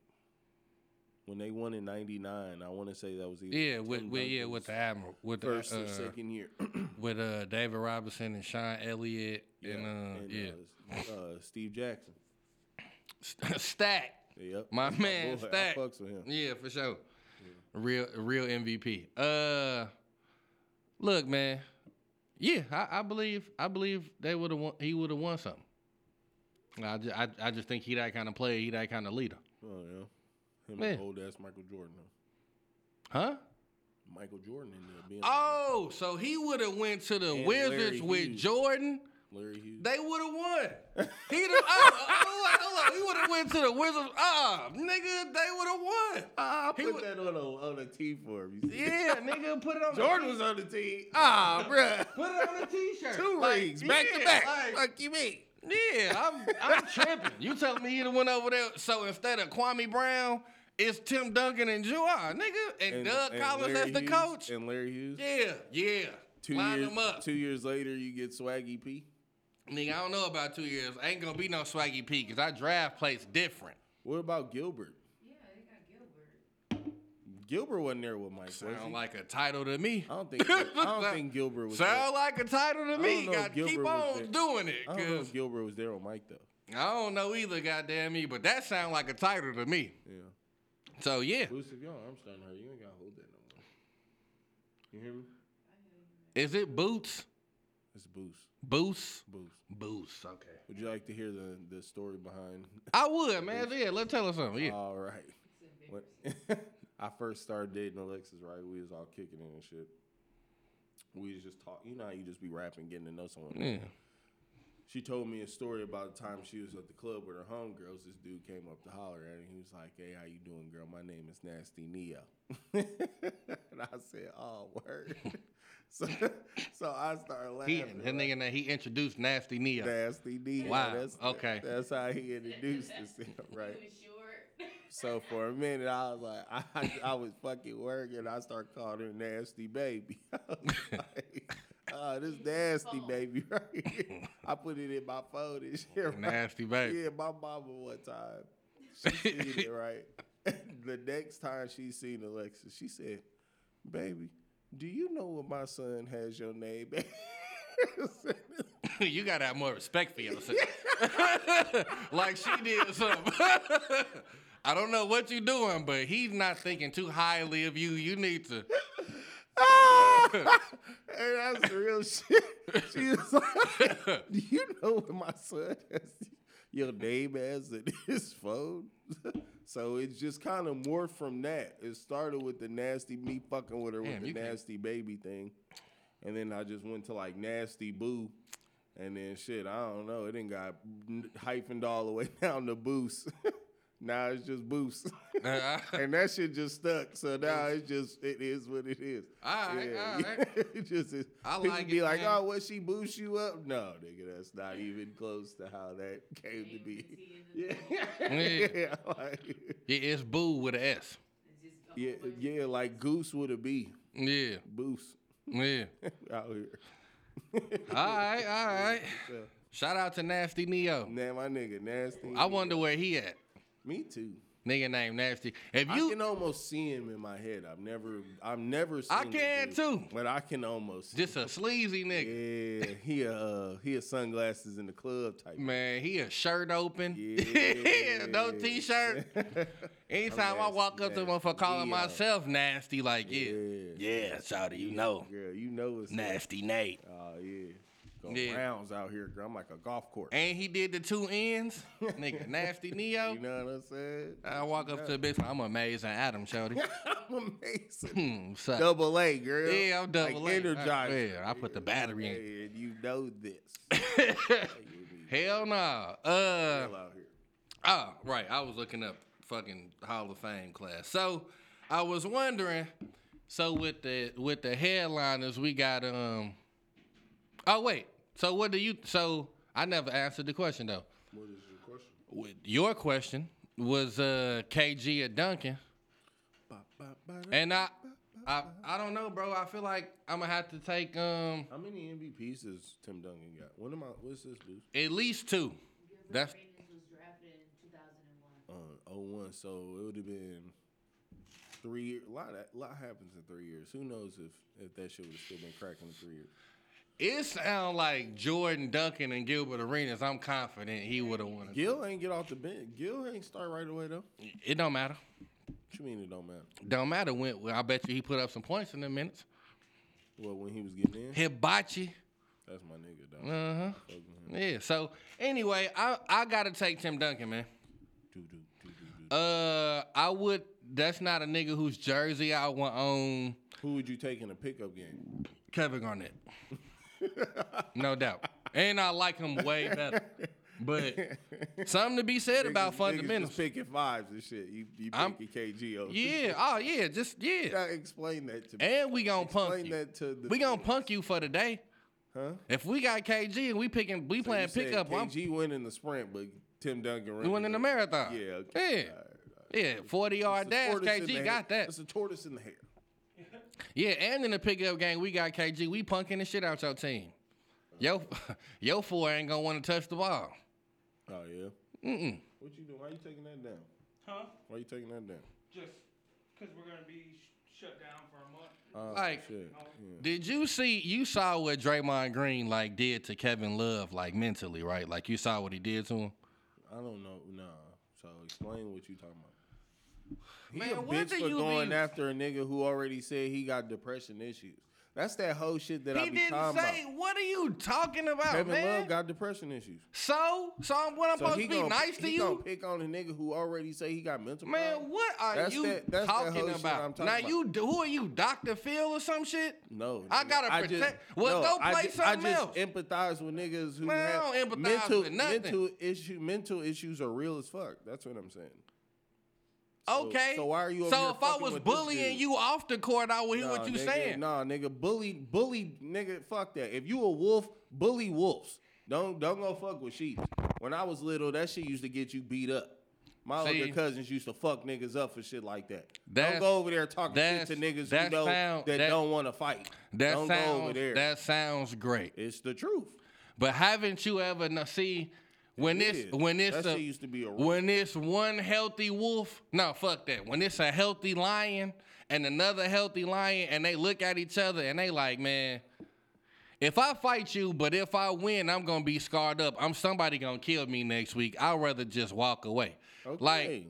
S1: When they won in 99, I want to say that was either
S2: Yeah,
S1: Tim
S2: with, with yeah
S1: Duncan's
S2: with the Admiral with the,
S1: first or
S2: uh,
S1: second year.
S2: with uh David Robinson and Sean Elliott and uh
S1: and,
S2: yeah
S1: uh, uh, Steve Jackson.
S2: Stack.
S1: Yep.
S2: My
S1: that's
S2: man,
S1: boy. I
S2: Stack.
S1: fucks with him.
S2: Yeah, for sure. Real real MVP. Uh look, man. Yeah, I, I believe I believe they would have won he would have won something. I just, I, I just think he that kind of player, he that kind of leader.
S1: Oh yeah, him
S2: Man.
S1: and old ass Michael Jordan. Though.
S2: Huh?
S1: Michael Jordan ended up being
S2: Oh, so he would have went to the
S1: And Larry
S2: Wizards with
S1: Hughes.
S2: Jordan.
S1: Larry Hughes.
S2: They would have won. He'd have, oh, oh, oh, oh, he would have went to the Wizards. Ah, nigga, they would have won.
S1: I
S2: He
S1: put
S2: wa-
S1: that on a on a tee for him. You see?
S2: Yeah, nigga, put it on. the
S1: Jordan was on the tee. Ah, bruh.
S2: Put it on a t-shirt.
S1: Two
S2: Like,
S1: rings back to
S2: yeah,
S1: back.
S2: like,
S1: Fuck you, me.
S2: yeah, I'm I'm tripping. You telling me he the one over there? So instead of Kwame Brown, it's Tim Duncan and Juwan, nigga, and, Doug Collins
S1: Larry
S2: as the
S1: Hughes-
S2: coach.
S1: And Larry Hughes.
S2: yeah, yeah.
S1: Two
S2: Line
S1: years.
S2: them up,
S1: Two years later, you get Swaggy P.
S2: nigga. I don't know about two years. Ain't gonna be no swaggy P because I draft plays different.
S1: What about Gilbert?
S3: Yeah, they got Gilbert.
S1: Gilbert wasn't there with Mike. was he?
S2: Sound like a title to me.
S1: I don't think. I don't think Gilbert was. there.
S2: Sound like a title to me.
S1: know if
S2: Got to keep
S1: Gilbert was there.
S2: on doing it.
S1: I don't know if
S2: Cause
S1: Gilbert was there with Mike though.
S2: I don't know either, goddamn me. But that sound like a title to me.
S1: Yeah.
S2: So yeah,
S1: Boost, if your arm's starting to hurt, you ain't gotta hold that no more. You hear me?
S2: is it Boots?
S1: It's Boost.
S2: Boots?
S1: Boost.
S2: Boots. Okay.
S1: Would you like to hear the, the story behind?
S2: Oh,
S1: Uh,
S2: I would, man. Yeah, let's tell us something. Yeah.
S1: All right. What- I first started dating Alexis, right? We was all kicking it and shit. We was just talk. You know how you just be rapping, getting to know someone.
S2: Yeah.
S1: She told me a story about the time she was at the club with her homegirls. This dude came up to holler at her, and he was like, "Hey, how you doing, girl? My name is Nasty Neo." and I said, "Oh, word." so, so I started laughing.
S2: He, that
S1: right?
S2: nigga, that he introduced Nasty Neo.
S1: Nasty Neo.
S2: Wow,
S1: That's,
S2: okay.
S1: That's how he introduced himself, right?
S3: He was short.
S1: So for a minute, I was like, I, I was fucking working. I start calling her nasty baby. I was like, oh, this nasty baby right here. I put it in my phone and shit. Right?
S2: Nasty baby.
S1: Yeah, my mama one time, she seen it right. the next time she seen Alexis, she said, "Baby, do you know what my son has your name?"
S2: you gotta have more respect for yourself. like she did something. I don't know what you doing, but he's not thinking too highly of you. You need to.
S1: Hey, that's real shit. She was like, "Do you know what my son has your name as in his phone?" so it just kind of morphed from that. It started with the nasty me fucking with her
S2: Damn,
S1: with
S2: you
S1: the
S2: can't-
S1: nasty baby thing, and then I just went to like nasty boo. And then shit, I don't know. It didn't got n- hyphened all the way down to boost. now it's just boost, and that shit just stuck. So now it's just it is what it is.
S2: All right, all right.
S1: It just is.
S2: I
S1: people
S2: like
S1: be
S2: it,
S1: like,
S2: man.
S1: "Oh, what she boost you up?" No, nigga, that's not even close to how that came to be. Yeah, yeah, like,
S2: Yeah, it's Boo with an S.
S1: yeah, yeah, like goose with a B,
S2: Yeah,
S1: boost
S2: yeah.
S1: out here.
S2: All right, all right.
S1: So,
S2: Shout out to Nasty Neo.
S1: nah, my nigga, nasty.
S2: I wonder where he at.
S1: Me too.
S2: Nigga named Nasty. If
S1: I
S2: you
S1: can almost see him in my head. I've never, I've never. Seen
S2: I
S1: the
S2: can
S1: dude,
S2: too.
S1: but I can almost. See.
S2: just a sleazy nigga,
S1: Yeah, he a uh, he a sunglasses in the club type.
S2: man, he a shirt open.
S1: Yeah.
S2: no t-shirt. Anytime I
S1: nasty,
S2: walk up to a
S1: nasty.
S2: motherfucker calling
S1: Yeah.
S2: myself nasty, like yeah,
S1: Yeah.
S2: yeah, shawty, you know,
S1: Girl, you know it's
S2: nasty Nate.
S1: Oh yeah. Go
S2: Yeah.
S1: rounds out here, girl. I'm like a golf course.
S2: And he did the two ends, nigga, nasty Neo.
S1: You know what I'm saying?
S2: I walk up to a bitch, like, I'm amazing, Adam, shawty.
S1: I'm amazing.
S2: Hmm, what's up?
S1: Double A, girl.
S2: yeah, I'm double
S1: like
S2: A.
S1: Energized.
S2: I, swear, I put the battery in.
S1: Hey, and you know this.
S2: Hell nah.
S1: Hell
S2: Uh,
S1: out here.
S2: Ah, right. I was looking up fucking Hall of Fame class. So I was wondering. So with the with the headliners, we got um. Oh wait. So what do you? So I never answered the question though.
S1: What is your question?
S2: With your question was uh KG at Duncan,
S1: Ba, ba, ba, da.
S2: and I I I don't know, bro. I feel like I'm gonna have to take um
S1: How many MVPs does Tim Duncan got? What am I? What's this, dude?
S2: at least two. That's
S3: was drafted in 2001.
S1: Uh, 01, So it would have been three. year- A lot. A lot happens in three years. Who knows if if that shit would have still been cracking in three years?
S2: it. Sound like Jordan Duncan and Gilbert Arenas. I'm confident he would have won. it.
S1: Gil ain't get off the bench. Gil ain't start right away though.
S2: It don't matter.
S1: What you mean it don't matter?
S2: Don't matter when. well, I bet you he put up some points in the minutes.
S1: Well, when he was getting in,
S2: Hibachi.
S1: that's my nigga
S2: Uh
S1: though.
S2: huh.
S1: Fuck with him.
S2: Yeah. So anyway, I I gotta take Tim Duncan, man.
S1: Do, do, do, do, do.
S2: Uh, I would. That's not a nigga whose jersey I would own.
S1: Who would you take in a pickup game?
S2: Kevin Garnett. no doubt. And I like him way better. But something to be said about
S1: Niggas- niggas
S2: fundamentals.
S1: just picking fives and shit. You you
S2: I'm-
S1: picking KG over.
S2: Yeah. Oh yeah. Just yeah.
S1: Gotta explain that to me.
S2: And we gonna punk
S1: Explain
S2: you.
S1: that to the
S2: We gonna
S1: viewers.
S2: punk you for the day.
S1: Huh?
S2: If we got KG and we picking,
S1: So
S2: we
S1: you
S2: playing
S1: said
S2: pickup. I'm
S1: KG went in the sprint, but Tim Duncan ran.
S2: We went in the marathon.
S1: Yeah. Okay.
S2: Yeah.
S1: All right.
S2: Yeah, 40
S1: It's
S2: yard
S1: a
S2: dash.
S1: tortoise in the
S2: KG got
S1: hair.
S2: that.
S1: It's a tortoise in the hair.
S2: Yeah, and in the pickup game, we got KG. We punking the shit out your team. Yo, yo four ain't gonna want to touch the ball.
S1: Oh yeah.
S2: Mm-mm.
S1: What you doing? Why you taking that down?
S4: Huh?
S1: Why you taking that down?
S4: Just because we're going to be sh- shut down for a month.
S1: Oh,
S2: Like-
S1: shit. Yeah.
S2: Did you see? You saw what Draymond Green like did to Kevin Love, like mentally, right? Like you saw what he did to him.
S1: I don't know. Nah. So explain what you talking about. He
S2: Man,
S1: a
S2: what
S1: bitch
S2: do
S1: for
S2: you
S1: going
S2: be-
S1: after a nigga who already said he got depression issues. That's that whole shit that I
S2: He
S1: be
S2: didn't
S1: talking
S2: say.
S1: about.
S2: What are you talking about,
S1: Kevin
S2: man?
S1: Love got depression issues.
S2: so, so I'm, what I'm
S1: So
S2: supposed
S1: he
S2: to be
S1: gonna,
S2: nice to
S1: he
S2: you,
S1: gonna pick on a nigga who already say he got mental
S2: man?
S1: problems?
S2: What are
S1: That's
S2: you
S1: that- that's that
S2: talking
S1: whole shit
S2: about?
S1: I'm talking
S2: now
S1: about.
S2: you, d- who are you, Doctor Phil or some shit?
S1: No,
S2: I
S1: nigga.
S2: gotta
S1: just-
S2: protect- well, go
S1: I
S2: play
S1: ju-
S2: something
S1: I just
S2: else.
S1: empathize with niggas who
S2: Man, I
S1: have
S2: don't empathize
S1: mental
S2: with nothing.
S1: mental issue. Mental issues are real as fuck. That's what I'm saying. So-
S2: Okay.
S1: so why are you over
S2: So
S1: here
S2: if I
S1: fucking
S2: was
S1: with this
S2: bullying
S1: dude?
S2: you off the court, I would hear
S1: Nah,
S2: what you
S1: nigga,
S2: saying.
S1: Nah, nigga, bully, bully, nigga, fuck that. If you a wolf, bully wolves. Don't don't go fuck with sheep. When I was little, that shit used to get you beat up. My
S2: See?
S1: older cousins used to fuck niggas up for shit like that.
S2: That's-
S1: don't go over there talking shit
S2: that's-
S1: to niggas who
S2: that
S1: know
S2: sound-
S1: that,
S2: that-
S1: don't want to fight.
S2: That
S1: don't
S2: sounds
S1: go over there.
S2: that sounds great.
S1: it's the truth.
S2: But haven't you ever kn- see when
S1: It
S2: this
S1: is.
S2: when this
S1: That
S2: a-
S1: shit used to be a rule.
S2: when this one healthy wolf no fuck that when it's a healthy lion and another healthy lion and they look at each other and they like man if I fight you but if I win I'm gonna be scarred up I'm somebody gonna kill me next week I'd rather just walk away like
S1: Okay.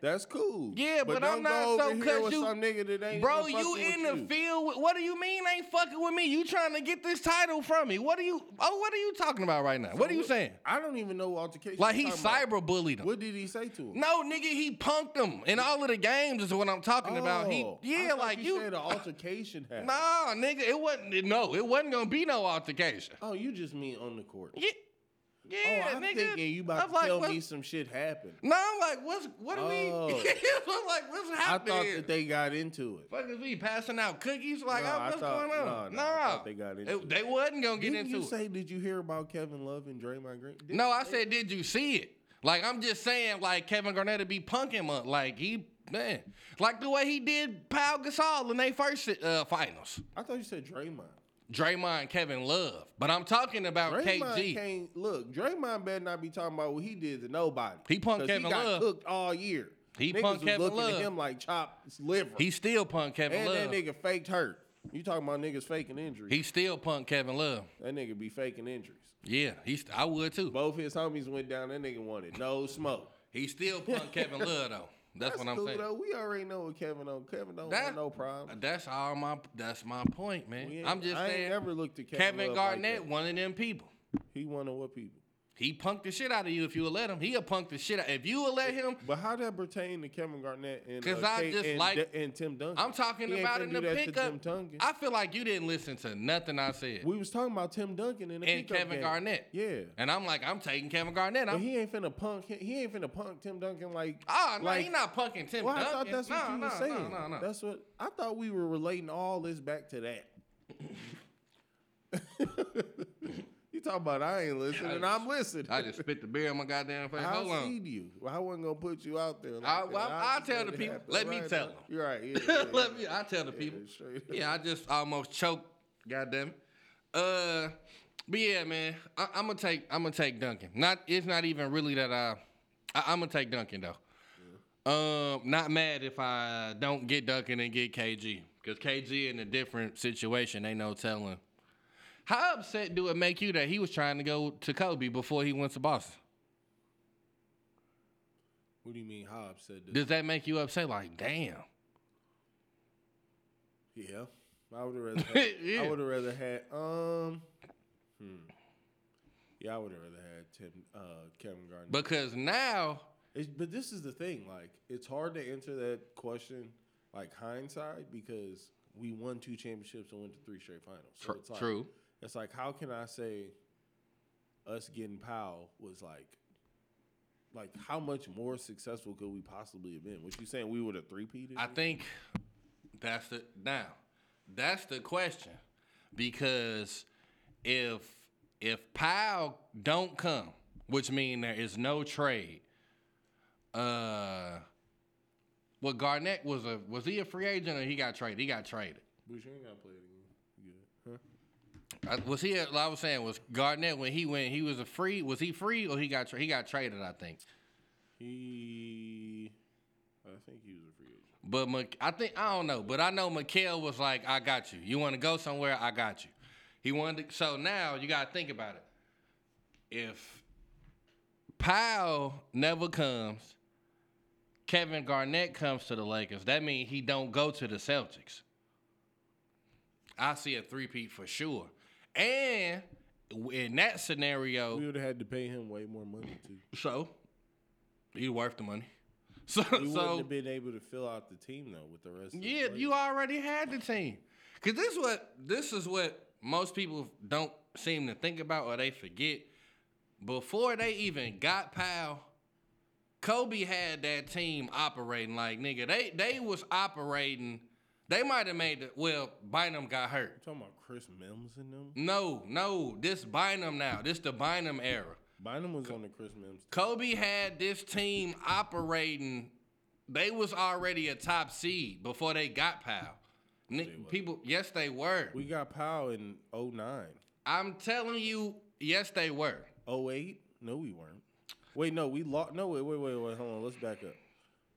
S1: that's cool.
S2: Yeah, but
S1: don't
S2: I'm
S1: go
S2: not
S1: over
S2: so
S1: here
S2: cuz
S1: with
S2: you-
S1: some nigga that ain't
S2: Bro,
S1: even fucking
S2: you in
S1: with
S2: the
S1: you.
S2: field. With, what do you mean ain't fucking with me? You trying to get this title from me? What are you? Oh, what are you talking about right now? What are you saying?
S1: I don't even know what altercation.
S2: Like
S1: you're
S2: he
S1: talking about.
S2: cyberbullied him.
S1: What did he say to him?
S2: No, nigga, he punked him in all of the games. Is what I'm talking about. He,
S1: Oh, I
S2: yeah,
S1: thought
S2: like you.
S1: said an altercation happened.
S2: Nah, nigga, it wasn't. No, it wasn't gonna be no altercation.
S1: Oh, you just mean on the court.
S2: Yeah, yeah,
S1: oh, I'm
S2: nigga.
S1: thinking you
S2: I'm
S1: about to
S2: like,
S1: tell
S2: what-
S1: me some shit happened.
S2: No, I'm like, what's what are we?
S1: Oh.
S2: I'm like, what's
S1: I
S2: happening?
S1: thought
S2: here?
S1: that they got into it.
S2: Fuckers be passing out cookies. Like,
S1: No,
S2: oh,
S1: I
S2: what's
S1: thought-
S2: going on?
S1: no, no, I thought they got into it.
S2: they wasn't gonna get
S1: Didn't
S2: into
S1: you
S2: it.
S1: say? Did you hear about Kevin Love and Draymond Green? Didn't
S2: No, I
S1: they-
S2: said, did you see it? Like, I'm just saying, like, Kevin Garnett be punking up. Like, he, man. Like, the way he did Pau Gasol in their first uh, finals.
S1: I thought you said Draymond.
S2: Draymond, Kevin Love. But I'm talking about
S1: Draymond
S2: KG.
S1: can't look. Draymond better not be talking about what he did to nobody.
S2: He punked
S1: 'Cause
S2: Kevin
S1: he got
S2: Love.
S1: Cooked all year.
S2: He
S1: Niggas
S2: punked
S1: was
S2: Kevin
S1: looking
S2: Love.
S1: at him like chopped his liver.
S2: He still punked Kevin
S1: and that
S2: Love.
S1: nigga faked hurt. You talking about niggas faking injuries?
S2: He still punked Kevin Love.
S1: that nigga be faking injuries.
S2: Yeah, he's, I would too.
S1: Both his homies went down. That nigga wanted no smoke.
S2: He still punked Kevin Love, though. That's, what I'm
S1: cool
S2: saying.
S1: though. We already know what Kevin on. Kevin don't
S2: That-
S1: want no problem.
S2: That's all my, that's my point,
S1: We
S2: man.
S1: ain't-
S2: I'm just
S1: I
S2: saying,
S1: Ain't never looked at Kevin,
S2: Kevin
S1: Love like
S2: Garnett,
S1: that.
S2: one of them people.
S1: He one of what people?
S2: He punked the shit out of you if you would let him. He'll punk the shit out. If you would let him,
S1: But how that pertain to Kevin Garnett and
S2: 'Cause
S1: uh,
S2: I
S1: K-
S2: just
S1: and,
S2: like-
S1: D- and Tim Duncan?
S2: I'm talking
S1: He ain't
S2: about
S1: finna
S2: in
S1: do
S2: the
S1: that to Tim
S2: pickup.
S1: Duncan.
S2: I feel like you didn't listen to nothing I said.
S1: we was talking about Tim Duncan in the
S2: and
S1: pickup
S2: Kevin
S1: game.
S2: Garnett.
S1: Yeah.
S2: And I'm like, I'm taking Kevin Garnett.
S1: But
S2: I'm,
S1: he ain't finna punk. He, he ain't finna punk Tim Duncan like.
S2: oh, no,
S1: like,
S2: he not punking Tim
S1: Well, I
S2: Duncan.
S1: thought that's what
S2: no,
S1: you
S2: no,
S1: were saying.
S2: No, no, no.
S1: That's what I thought we were relating all this back to that. you talking about I ain't listening?
S2: I
S1: I'm listening.
S2: I just spit the beer in my goddamn face.
S1: I
S2: Hold on.
S1: seed you. Well, I wasn't gonna put you out there. Like
S2: I-
S1: that.
S2: well,
S1: I
S2: I'll
S1: just
S2: tell
S1: let
S2: the
S1: it
S2: people.
S1: happen
S2: Let me
S1: right
S2: tell
S1: now.
S2: them.
S1: You're right. Yeah,
S2: Let
S1: yeah,
S2: me. I tell the people.
S1: yeah, straight up.
S2: Yeah, I just almost choked. Goddamn. it. Uh, but yeah, man, I, I'm gonna take I'm gonna take Duncan. Not it's not even really that I, I I'm gonna take Duncan though. Um, not mad if I don't get Duncan and get KG because KG in a different situation. Ain't no telling. How upset do it make you that he was trying to go to Kobe before he went to Boston?
S1: What do you mean? How upset? This?
S2: Does that make you upset? Like, damn.
S1: Yeah, I would have rather. Had,
S2: Yeah.
S1: I would have rather had. Um. Hmm. Yeah, I would have rather had Tim uh, Kevin Garnett.
S2: Because now,
S1: It's, but this is the thing, like it's hard to answer that question like hindsight because we won two championships and went to three straight finals. So
S2: Tr-
S1: it's like,
S2: true.
S1: It's like how can I say us getting Powell was like, like how much more successful could we possibly have been? What you saying? We would have three peated.
S2: I think that's the now. That's the question because if if Powell don't come, which mean there is no trade. Uh, well, Garnett was a was he a free agent or he got traded? He got traded.
S1: Boucher ain't got played again. Yeah. Huh?
S2: I, was he? a- I was saying was Garnett when he went. He was a free. Was he free or he got tra- he got traded? I think.
S1: He, I think he was a free agent.
S2: But Mc, I think I don't know, but I know Mikael was like, "I got you. You want to go somewhere? I got you." He wanted. To, so now you got to think about it. If Powell never comes, Kevin Garnett comes to the Lakers. That means he don't go to the Celtics. I see a three-peat for sure. And w- in that scenario,
S1: We would have had to pay him way more money too.
S2: so you worth the money. So
S1: We wouldn't
S2: so
S1: have been able to fill out the team though with the rest. of the
S2: yeah,
S1: players.
S2: you already had the team. Cause this what this is what most people don't seem to think about or they forget. Before they even got Powell, Kobe had that team operating like nigga. They they was operating. They might have made the well. Bynum got hurt.
S1: You talking about Chris Mims and them.
S2: No, no. This Bynum now. This the Bynum era.
S1: Bynum was on the Chris Mims. team.
S2: Kobe had this team operating. They was already a top seed before they got Powell. Ni-
S1: wasn't.
S2: people, yes, they were.
S1: We got Powell in 09.
S2: I'm telling you, yes, they were.
S1: 08? No, we weren't. Wait, no, we lost. No, wait, wait, wait, wait. Hold on. Let's back up.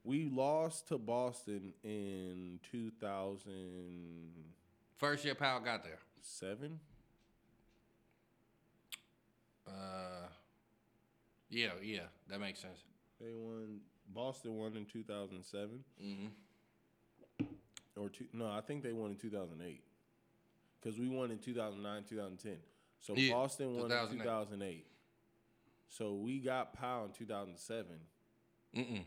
S1: We lost to Boston in 2007.
S2: First year Powell got there. Uh, yeah, yeah, that makes sense.
S1: They won. Boston won in 2007.
S2: hmm
S1: Mm-hmm. Or two, no, I think they won in 2008. Because we won in 2009, 2010. So
S2: Yeah,
S1: Boston won
S2: 2008.
S1: in 2008. So we got Powell in 2007.
S2: Mm-mm.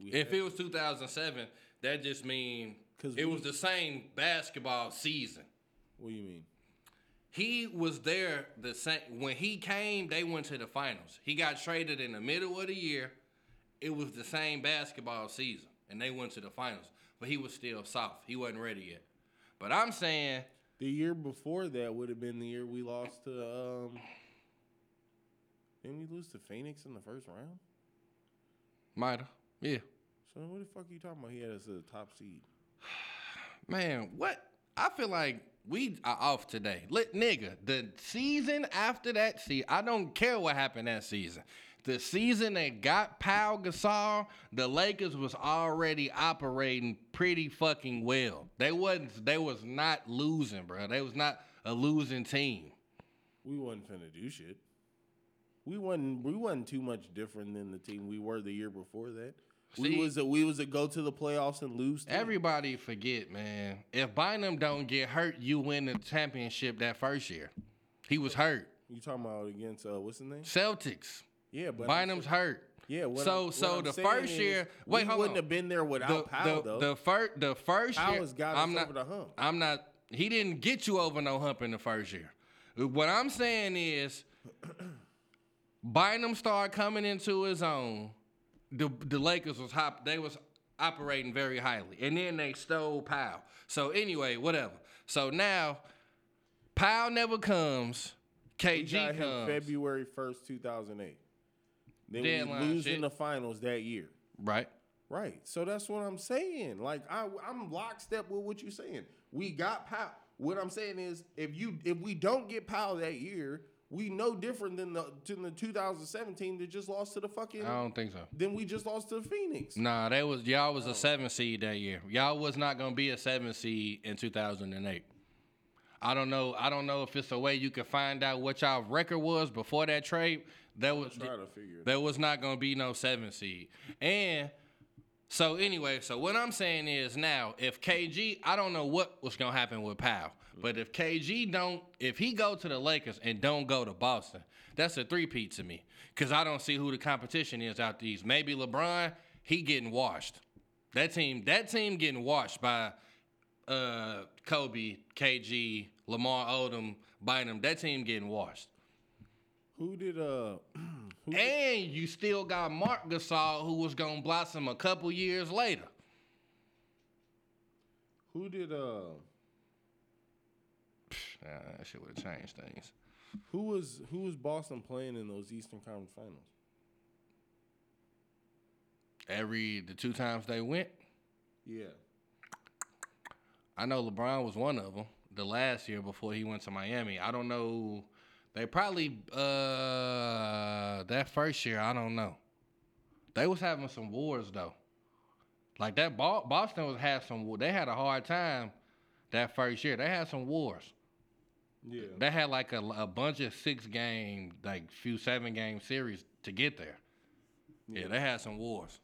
S1: We
S2: If
S1: had-
S2: it was 2007, that just mean
S1: 'Cause
S2: it
S1: we-
S2: was the same basketball season.
S1: What do you mean?
S2: He was there the same when he came. They went to the finals. He got traded in the middle of the year. It was the same basketball season, and they went to the finals. But he was still soft. He wasn't ready yet. But I'm saying
S1: The year before that would have been the year we lost to. Um, didn't we lose to Phoenix in the first round?
S2: might have. Yeah,
S1: So what the fuck are you talking about? He had us as a top seed.
S2: man. What I feel like we are off today. Lit nigga. The season after that season, I don't care what happened that season. The season that got Pau Gasol, the Lakers was already operating pretty fucking well. They wasn't. They was not losing, bro. They was not a losing team.
S1: We wasn't finna do shit. We wasn't. We wasn't too much different than the team we were the year before that. we
S2: See-
S1: was a we was a go to the playoffs and lose. team.
S2: Everybody forget, man. If Bynum don't get hurt, you win the championship that first year. He was hurt.
S1: you talking about against uh, what's the name?
S2: Celtics.
S1: Yeah, but I'm
S2: Bynum's
S1: sa-
S2: hurt.
S1: Yeah, what
S2: so
S1: I'm- what
S2: so
S1: I'm
S2: the
S1: saying
S2: first
S1: is
S2: year. Wait,
S1: we
S2: hold
S1: wouldn't
S2: on.
S1: have been there
S2: the,
S1: without Powell though.
S2: the, first the first year.
S1: Powell's got us
S2: I'm not,
S1: over the hump.
S2: I'm not. He didn't get you over no hump in the first year. What I'm saying is, Bynum started coming into his own. The the Lakers was hop. They was operating very highly, and then they stole Powell. So anyway, whatever. So now, Powell never comes.
S1: We got
S2: KG
S1: him
S2: comes.
S1: February first, two thousand eight. Then
S2: Deadline
S1: we lose
S2: shit.
S1: in the finals that year.
S2: Right.
S1: Right. So that's what I'm saying. Like I, I'm lockstep with what you're saying. We got Powell. What I'm saying is, if you if we don't get Powell that year, we no different than the than the 2017 that just lost to the fucking.
S2: I don't think so.
S1: Then we just lost to the Phoenix.
S2: Nah, that was y'all was a seven seed that year. Y'all was not gonna be a seven seed in two thousand and eight. I don't know. I don't know if it's a way you could find out what y'all record was before that trade. That was
S1: Try to figure it.
S2: there was not gonna be no seven seed. And so anyway, so what I'm saying is now, if KG, I don't know what was gonna happen with Powell, but if KG don't, if he go to the Lakers and don't go to Boston, that's a three-peat to me, cause I don't see who the competition is out these. Maybe LeBron, he getting washed. That team, that team getting washed by uh, Kobe, KG, Lamar Odom, Bynum. That team getting washed.
S1: Who did uh? Who did-
S2: And you still got Mark Gasol, who was gonna blossom a couple years later.
S1: who did uh?
S2: Nah, that shit would have changed things.
S1: Who was who was Boston playing in those Eastern Conference Finals?
S2: Every the two times they went,
S1: Yeah.
S2: I know LeBron was one of them. The last year before he went to Miami, I don't know. They probably uh that first year, I don't know. They was having some wars though. Like that, Bo- Boston was had some. wa- They had a hard time that first year. They had some wars.
S1: Yeah.
S2: They had like a, a bunch of six game, like few seven game series to get there. Yeah. they had some wars.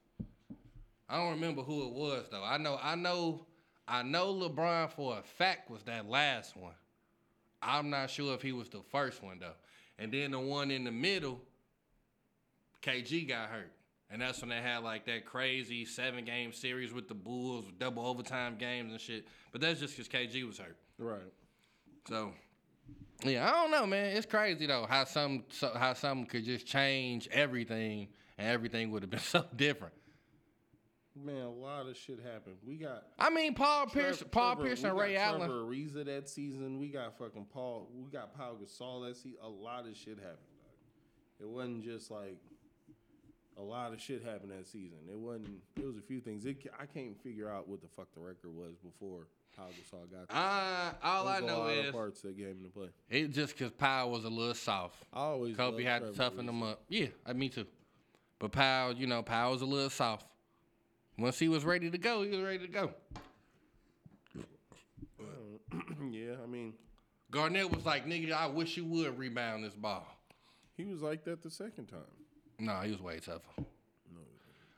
S2: I don't remember who it was though. I know, I know, I know LeBron for a fact was that last one. I'm not sure if he was the first one though. And then the one in the middle, KG got hurt. And that's when they had like that crazy seven game series with the Bulls, double overtime games and shit. But that's just because KG was hurt.
S1: Right.
S2: So, yeah, I don't know, man. It's crazy though how some so, how something could just change everything, and everything would have been so different.
S1: Man, a lot of shit happened. We got
S2: I mean, Paul
S1: Trev-
S2: Pierce, Paul
S1: Trevor-
S2: Pierce,
S1: we
S2: and
S1: got
S2: Ray Allen.
S1: Trevor Ariza that season. We got fucking Paul. We got Paul Gasol that season. A lot of shit happened. Dog. It wasn't just like a lot of shit happened that season. It wasn't. It was a few things. It, ca- I can't figure out what the fuck the record was before Paul Gasol got there.
S2: Uh, all I
S1: There's a
S2: know
S1: lot of
S2: is
S1: parts that gave him to play.
S2: it just because Powell was a little soft.
S1: I always
S2: Kobe
S1: loved
S2: had to
S1: Trevor
S2: toughen him
S1: Ariza.
S2: up. Yeah, I me too. But Powell, you know, Powell was a little soft. Once he was ready to go, he was ready to go.
S1: yeah, I mean,
S2: Garnett was like, "Nigga, I wish you would rebound this ball."
S1: he was like that the second time.
S2: No, he was way tougher.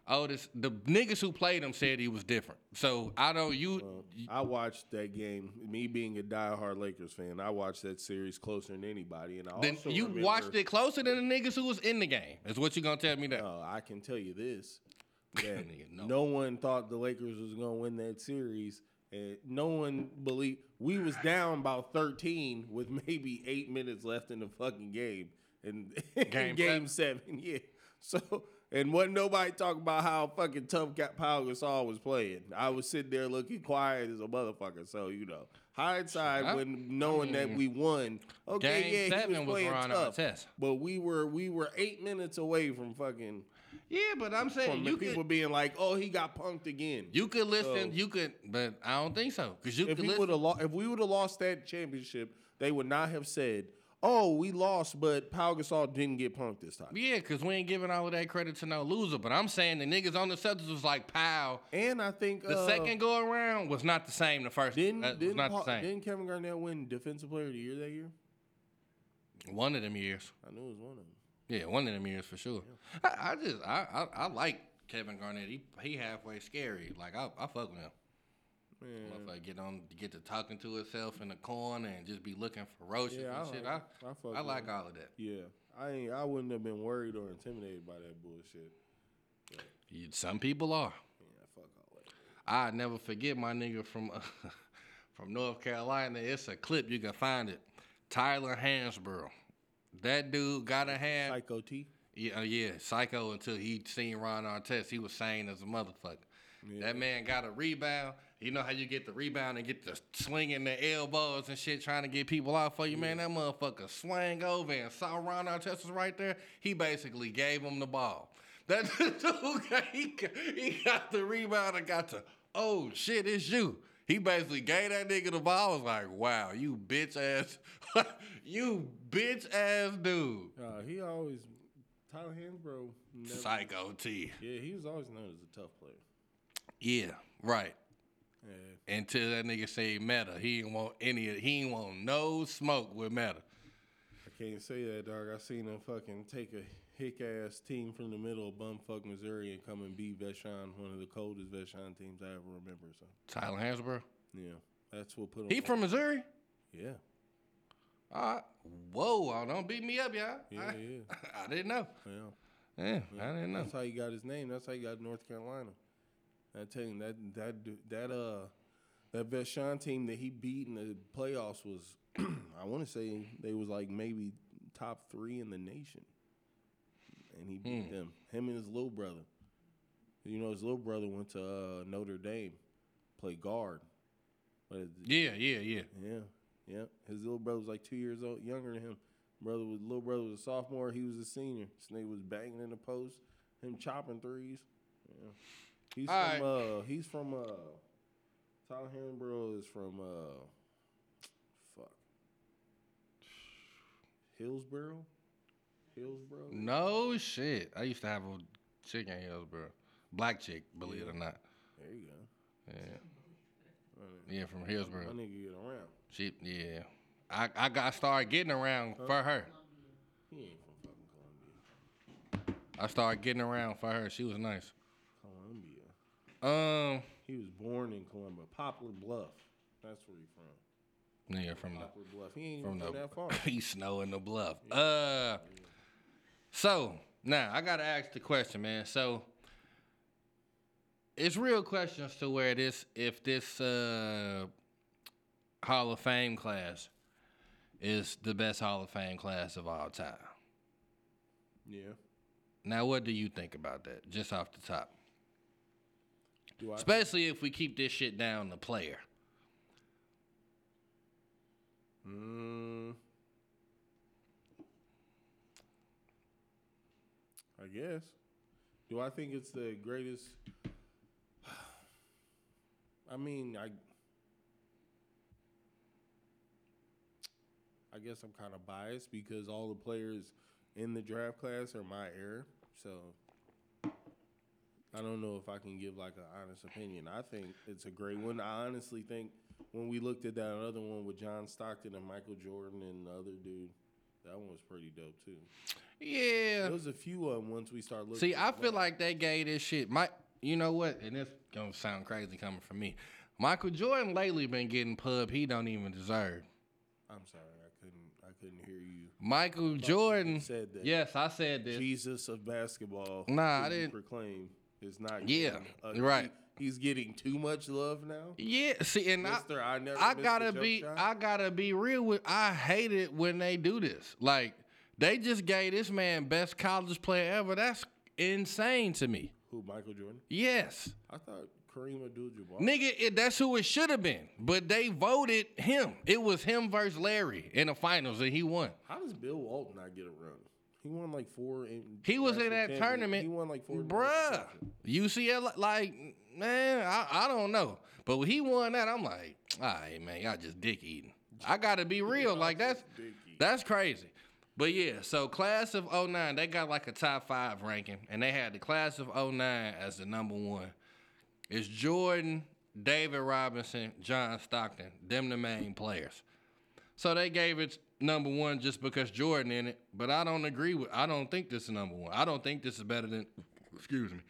S2: Oh, this the niggas who played him said he was different. So I don't you.
S1: I watched that game. Me being a diehard Lakers fan, I watched that series closer than anybody, and I
S2: Then
S1: also
S2: you
S1: remember,
S2: watched it closer than the niggas who was in the game. Is what you gonna tell me that?
S1: Uh, I can tell you this: that
S2: Nigga, no.
S1: no. one thought the Lakers was gonna win that series, and no one believed we was down about thirteen with maybe eight minutes left in the fucking game, and
S2: Game
S1: game, seven. yeah. So. And wasn't nobody talking about how fucking tough Ga- Pau Gasol was playing. I was sitting there looking quiet as a motherfucker. So you know, hindsight
S2: I-
S1: when knowing that we won. Okay,
S2: Game
S1: yeah, he
S2: seven
S1: was
S2: was
S1: playing
S2: Ron
S1: tough,
S2: Artest.
S1: but we were we were eight minutes away from fucking
S2: Yeah, but I'm saying
S1: from the
S2: you
S1: people
S2: could
S1: being like, "Oh, he got punked again."
S2: you could listen.
S1: So-
S2: you could, but I don't think so because you
S1: if
S2: could
S1: we
S2: listen.
S1: would have lost, if we would have lost that championship, they would not have said, "Oh, we lost, but Pau Gasol didn't get punked this time."
S2: Yeah, because we ain't giving all of that credit to no loser. But I'm saying the niggas on the Celtics was like, "Pow."
S1: And I think
S2: The
S1: uh,
S2: second go around was not the same. The first
S1: didn't
S2: uh, was
S1: didn't,
S2: not
S1: Paul-
S2: the same.
S1: didn't Kevin Garnett win Defensive Player of the Year that year?
S2: One of them years.
S1: I knew it was one of them.
S2: Yeah, one of them years for sure. I, I just I, I I like Kevin Garnett. He he halfway scary. Like I I fuck with him.
S1: Man,
S2: Motherfucker get on get to talking to himself in the corner and just be looking ferocious
S1: Yeah, I
S2: and shit.
S1: like-
S2: I
S1: I fuck
S2: I
S1: with
S2: like
S1: him.
S2: all of that.
S1: yeah, I ain't, I wouldn't have been worried or intimidated by that bullshit.
S2: You, some people are.
S1: Yeah, fuck all that.
S2: I never forget my nigga from uh, from North Carolina. It's a clip you can find it. Tyler Hansborough. That dude got a hand.
S1: Psycho T.
S2: Yeah, uh, yeah, psycho until he seen Ron Artest. He was sane as a motherfucker.
S1: Yeah.
S2: That man got a rebound. You know how you get the rebound and get the swinging the elbows and shit, trying to get people off for you, man. That motherfucker swung over and saw Ron Artest was right there. He basically gave him the ball. That dude, got- he, got- he got the rebound and got to, oh shit, it's you. He basically gave that nigga the ball. I was like, wow, you bitch ass, you bitch ass dude.
S1: Uh, he always Tyler Hansbrough. Never,
S2: Psycho T.
S1: yeah, he was always known as a tough player.
S2: Yeah, right.
S1: Yeah.
S2: Until that nigga say meta. He ain't want any of he ain't want no smoke with meta.
S1: I can't say that, dog. I seen him fucking take a hick ass team from the middle of bumfuck Missouri and come and beat Vashon, one of the coldest Vashon teams I ever remember. So
S2: Tyler Hansborough.
S1: yeah, that's what put him.
S2: He from Missouri?
S1: yeah,
S2: All right. Whoa, oh, don't beat me up, y'all.
S1: yeah,
S2: I,
S1: yeah,
S2: I didn't know.
S1: yeah.
S2: Yeah, I didn't know.
S1: That's how he got his name. That's how he got North Carolina. I tell you that that du- that uh that Vashon team that he beat in the playoffs was, I want to say they was like maybe top three in the nation, and he
S2: Hmm.
S1: beat them. Him and his little brother. You know, his little brother went to uh, Notre Dame, play guard. But it-
S2: Yeah, yeah, yeah.
S1: yeah, yeah. His little brother was like two years old, younger than him. Brother was little brother was a sophomore. He was a senior. Snake was banging in the post, him chopping threes. Yeah. He's
S2: All
S1: from uh, he's from uh, Tyler Herringborough is from uh, fuck, Hillsboro, Hillsboro.
S2: No shit. I used to have a chick in Hillsborough. Black chick, believe it or not.
S1: There you go.
S2: Yeah. Yeah, from Hillsborough.
S1: My nigga get around.
S2: She yeah. I, I got started getting around for her.
S1: He ain't from fucking Columbia.
S2: I started getting around for her. She was nice.
S1: Columbia.
S2: Um,
S1: He was born in Columbia, Poplar Bluff. That's where he from.
S2: Nigga from the
S1: Poplar Bluff. He ain't
S2: from
S1: even from
S2: the
S1: that far.
S2: he's snowing the bluff. Uh, so now I gotta ask the question, man. So it's real questions to where this if this uh Hall of Fame class is the best Hall of Fame class of all time.
S1: Yeah.
S2: Now, what do you think about that? Just off the top,
S1: Do I?
S2: especially if we keep this shit down to player.
S1: Mm, I guess. Do I think it's the greatest? I mean, I. I guess I'm kind of biased because all the players in the draft class are my era, so I don't know if I can give like an honest opinion. I think it's a great one. I honestly think when we looked at that other one with John Stockton and Michael Jordan and the other dude, that one was pretty dope too.
S2: Yeah.
S1: There was a few of them once we started looking.
S2: See, I
S1: at
S2: feel
S1: that.
S2: like they gave this shit. My, you know what? And this gonna sound crazy coming from me. Michael Jordan lately been getting pub he don't even deserve.
S1: I'm sorry, I couldn't. I couldn't hear you.
S2: Michael Jordan.
S1: said that.
S2: Yes, I said this.
S1: Jesus of basketball.
S2: Nah, I
S1: who you
S2: didn't-
S1: Proclaim is not.
S2: Yeah,
S1: getting a-
S2: right.
S1: he- he's getting too much love now.
S2: yeah. See, and I,
S1: Mister, I, never.
S2: I
S1: missed a
S2: gotta
S1: jump
S2: be,
S1: shot.
S2: I gotta be real with. I hate it when they do this. Like they just gave this man best college player ever. That's insane to me.
S1: Who Michael Jordan?
S2: Yes,
S1: I thought Kareem Abdul-Jabbar.
S2: nigga, it, that's who it should have been. But they voted him. It was him versus Larry in the finals, and he won.
S1: How does Bill Walton not get a run? He won like four. In
S2: He was in
S1: national
S2: that
S1: champion-
S2: tournament.
S1: He won like four.
S2: Bruh,
S1: national
S2: UCLA, like, man, I, I don't know. But when he won that, I'm like, all right, man, y'all just dick eating. I gotta be real. Like, that's
S1: championships.
S2: that's crazy. But yeah, so class of 09, they got like a top five ranking, and they had the class of 09 as the number one. It's Jordan, David Robinson, John Stockton, them the main players. So they gave it number one just because Jordan in it, but I don't agree with. I don't think this is number one. I don't think this is better than, excuse me,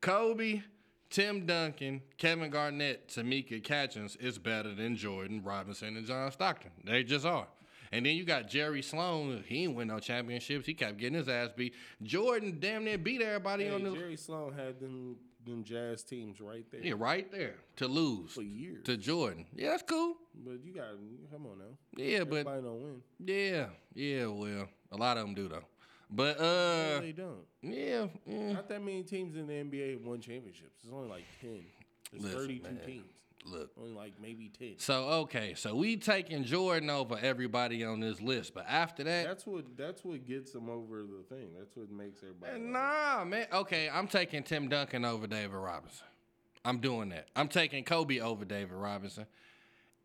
S2: Kobe, Tim Duncan, Kevin Garnett, Tamika Catchings is better than Jordan Robinson and John Stockton. They just are. And then you got Jerry Sloan. He ain't win no championships. He kept getting his ass beat. Jordan damn near beat everybody on
S1: Hey,
S2: the
S1: Jerry Sloan had them them jazz teams right there
S2: yeah right there to lose
S1: for years.
S2: to Jordan. Yeah, that's cool.
S1: but you got to come on now.
S2: Yeah, but
S1: Everybody don't win.
S2: Yeah, yeah, well, a lot of them do though. But
S1: No,
S2: uh,
S1: they don't.
S2: yeah, yeah.
S1: Not that many teams in the NBA have won championships. There's only like ten. There's
S2: Listen,
S1: thirty-two
S2: man.
S1: teams.
S2: Look,
S1: Only like maybe ten.
S2: so okay, so we taking Jordan over everybody on this list, but after that,
S1: That's what that's what gets them over the thing. That's what makes everybody. like,
S2: nah, man. Okay, I'm taking Tim Duncan over David Robinson. I'm doing that. I'm taking Kobe over David Robinson,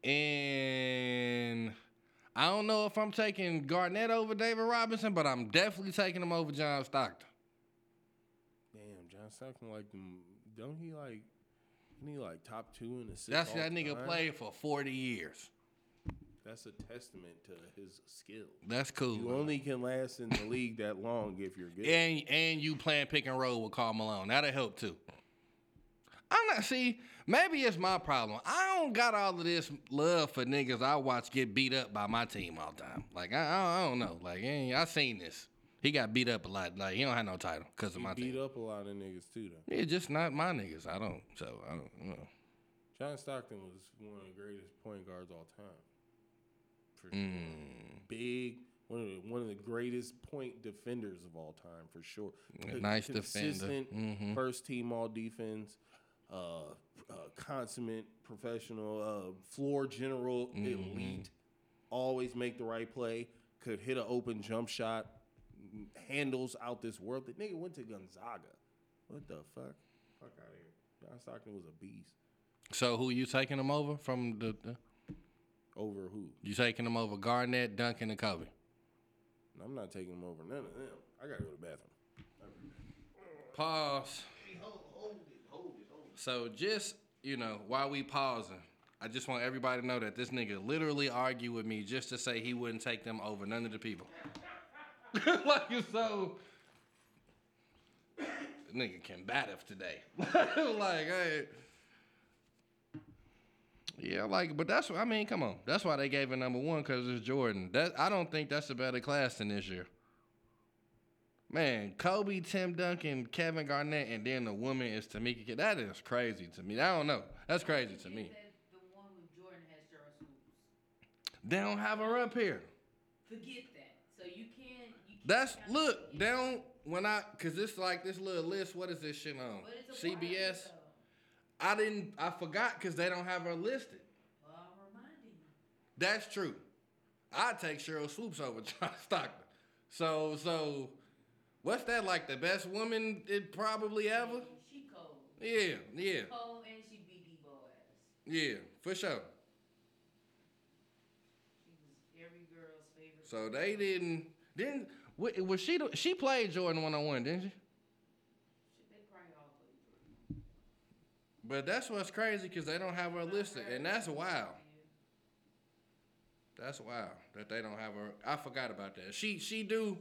S2: and I don't know if I'm taking Garnett over David Robinson, but I'm definitely taking him over John Stockton.
S1: Damn, John Stockton like them. Don't he like? Isn't he like top two in assists?
S2: That's
S1: all
S2: that nigga
S1: time?
S2: played for 40 years.
S1: That's a testament to his skill.
S2: That's cool.
S1: You
S2: man.
S1: only can last in the league that long if you're good.
S2: and and you playing pick and roll with Carl Malone. That'll help too. I'm not see. Maybe it's my problem. I don't got all of this love for niggas I watch get beat up by my team all the time. Like I, I, I don't know. Like eh, I seen this. He got beat up a lot. Like he don't have no title because of
S1: He
S2: my
S1: beat
S2: team.
S1: up a lot of niggas too, though.
S2: Yeah, just not my niggas. I don't. So I don't. You know.
S1: John Stockton was one of the greatest point guards all time. For sure.
S2: Mm,
S1: Big, one of the, one of the greatest point defenders of all time for sure.
S2: nice defender.
S1: Consistent,
S2: hmm
S1: First team all defense, uh, uh, consummate professional, uh, floor general,
S2: Mhm.
S1: elite. Always make the right play. Could hit an open jump shot. m- Handles out this world. The nigga went to Gonzaga. What the fuck? Fuck out of here. John Stockton was a beast.
S2: So who you taking him over from the, the?
S1: Over who?
S2: You taking him over Garnett, Duncan, and Kobe?
S1: And I'm not taking him over none of them. I gotta go to the bathroom.
S2: Pause. So just you know, while we pausing, I just want everybody to know that this nigga literally argued with me just to say he wouldn't take them over none of the people. like you so. Nigga combative today. like hey, Yeah, like, but that's what I mean. Come on, that's why they gave it number one because it's Jordan. That I don't think that's a better class than this year. Man, Kobe, Tim Duncan, Kevin Garnett, and then the woman is Tamika. Kid. That is crazy to me. I don't know. That's crazy to me.
S5: Says the one with Jordan has Cheryl Swoops.
S2: They don't have her up here.
S5: Forget that. So you can. You can't
S2: That's
S5: count
S2: look.
S5: it.
S2: They don't when I cause it's like this little list. What is this shit on?
S5: But it's a
S2: CBS.
S5: while ago.
S2: I didn't. I forgot because they don't have her listed.
S5: Well, I'm reminding you.
S2: That's true. I take Cheryl Swoops over John Stockton. So so, what's that like? The best woman it probably ever.
S5: She cold.
S2: Yeah yeah
S5: Cold and she beat D-Bo ass.
S2: yeah for sure.
S5: She was every girl's favorite.
S2: So they didn't didn't wa- was she the- she played Jordan one on one didn't she?
S5: Shit, they probably all played Jordan.
S2: But that's what's crazy because they don't have her listed and that's wild. That's wild that they don't have her. I forgot about that. She she do.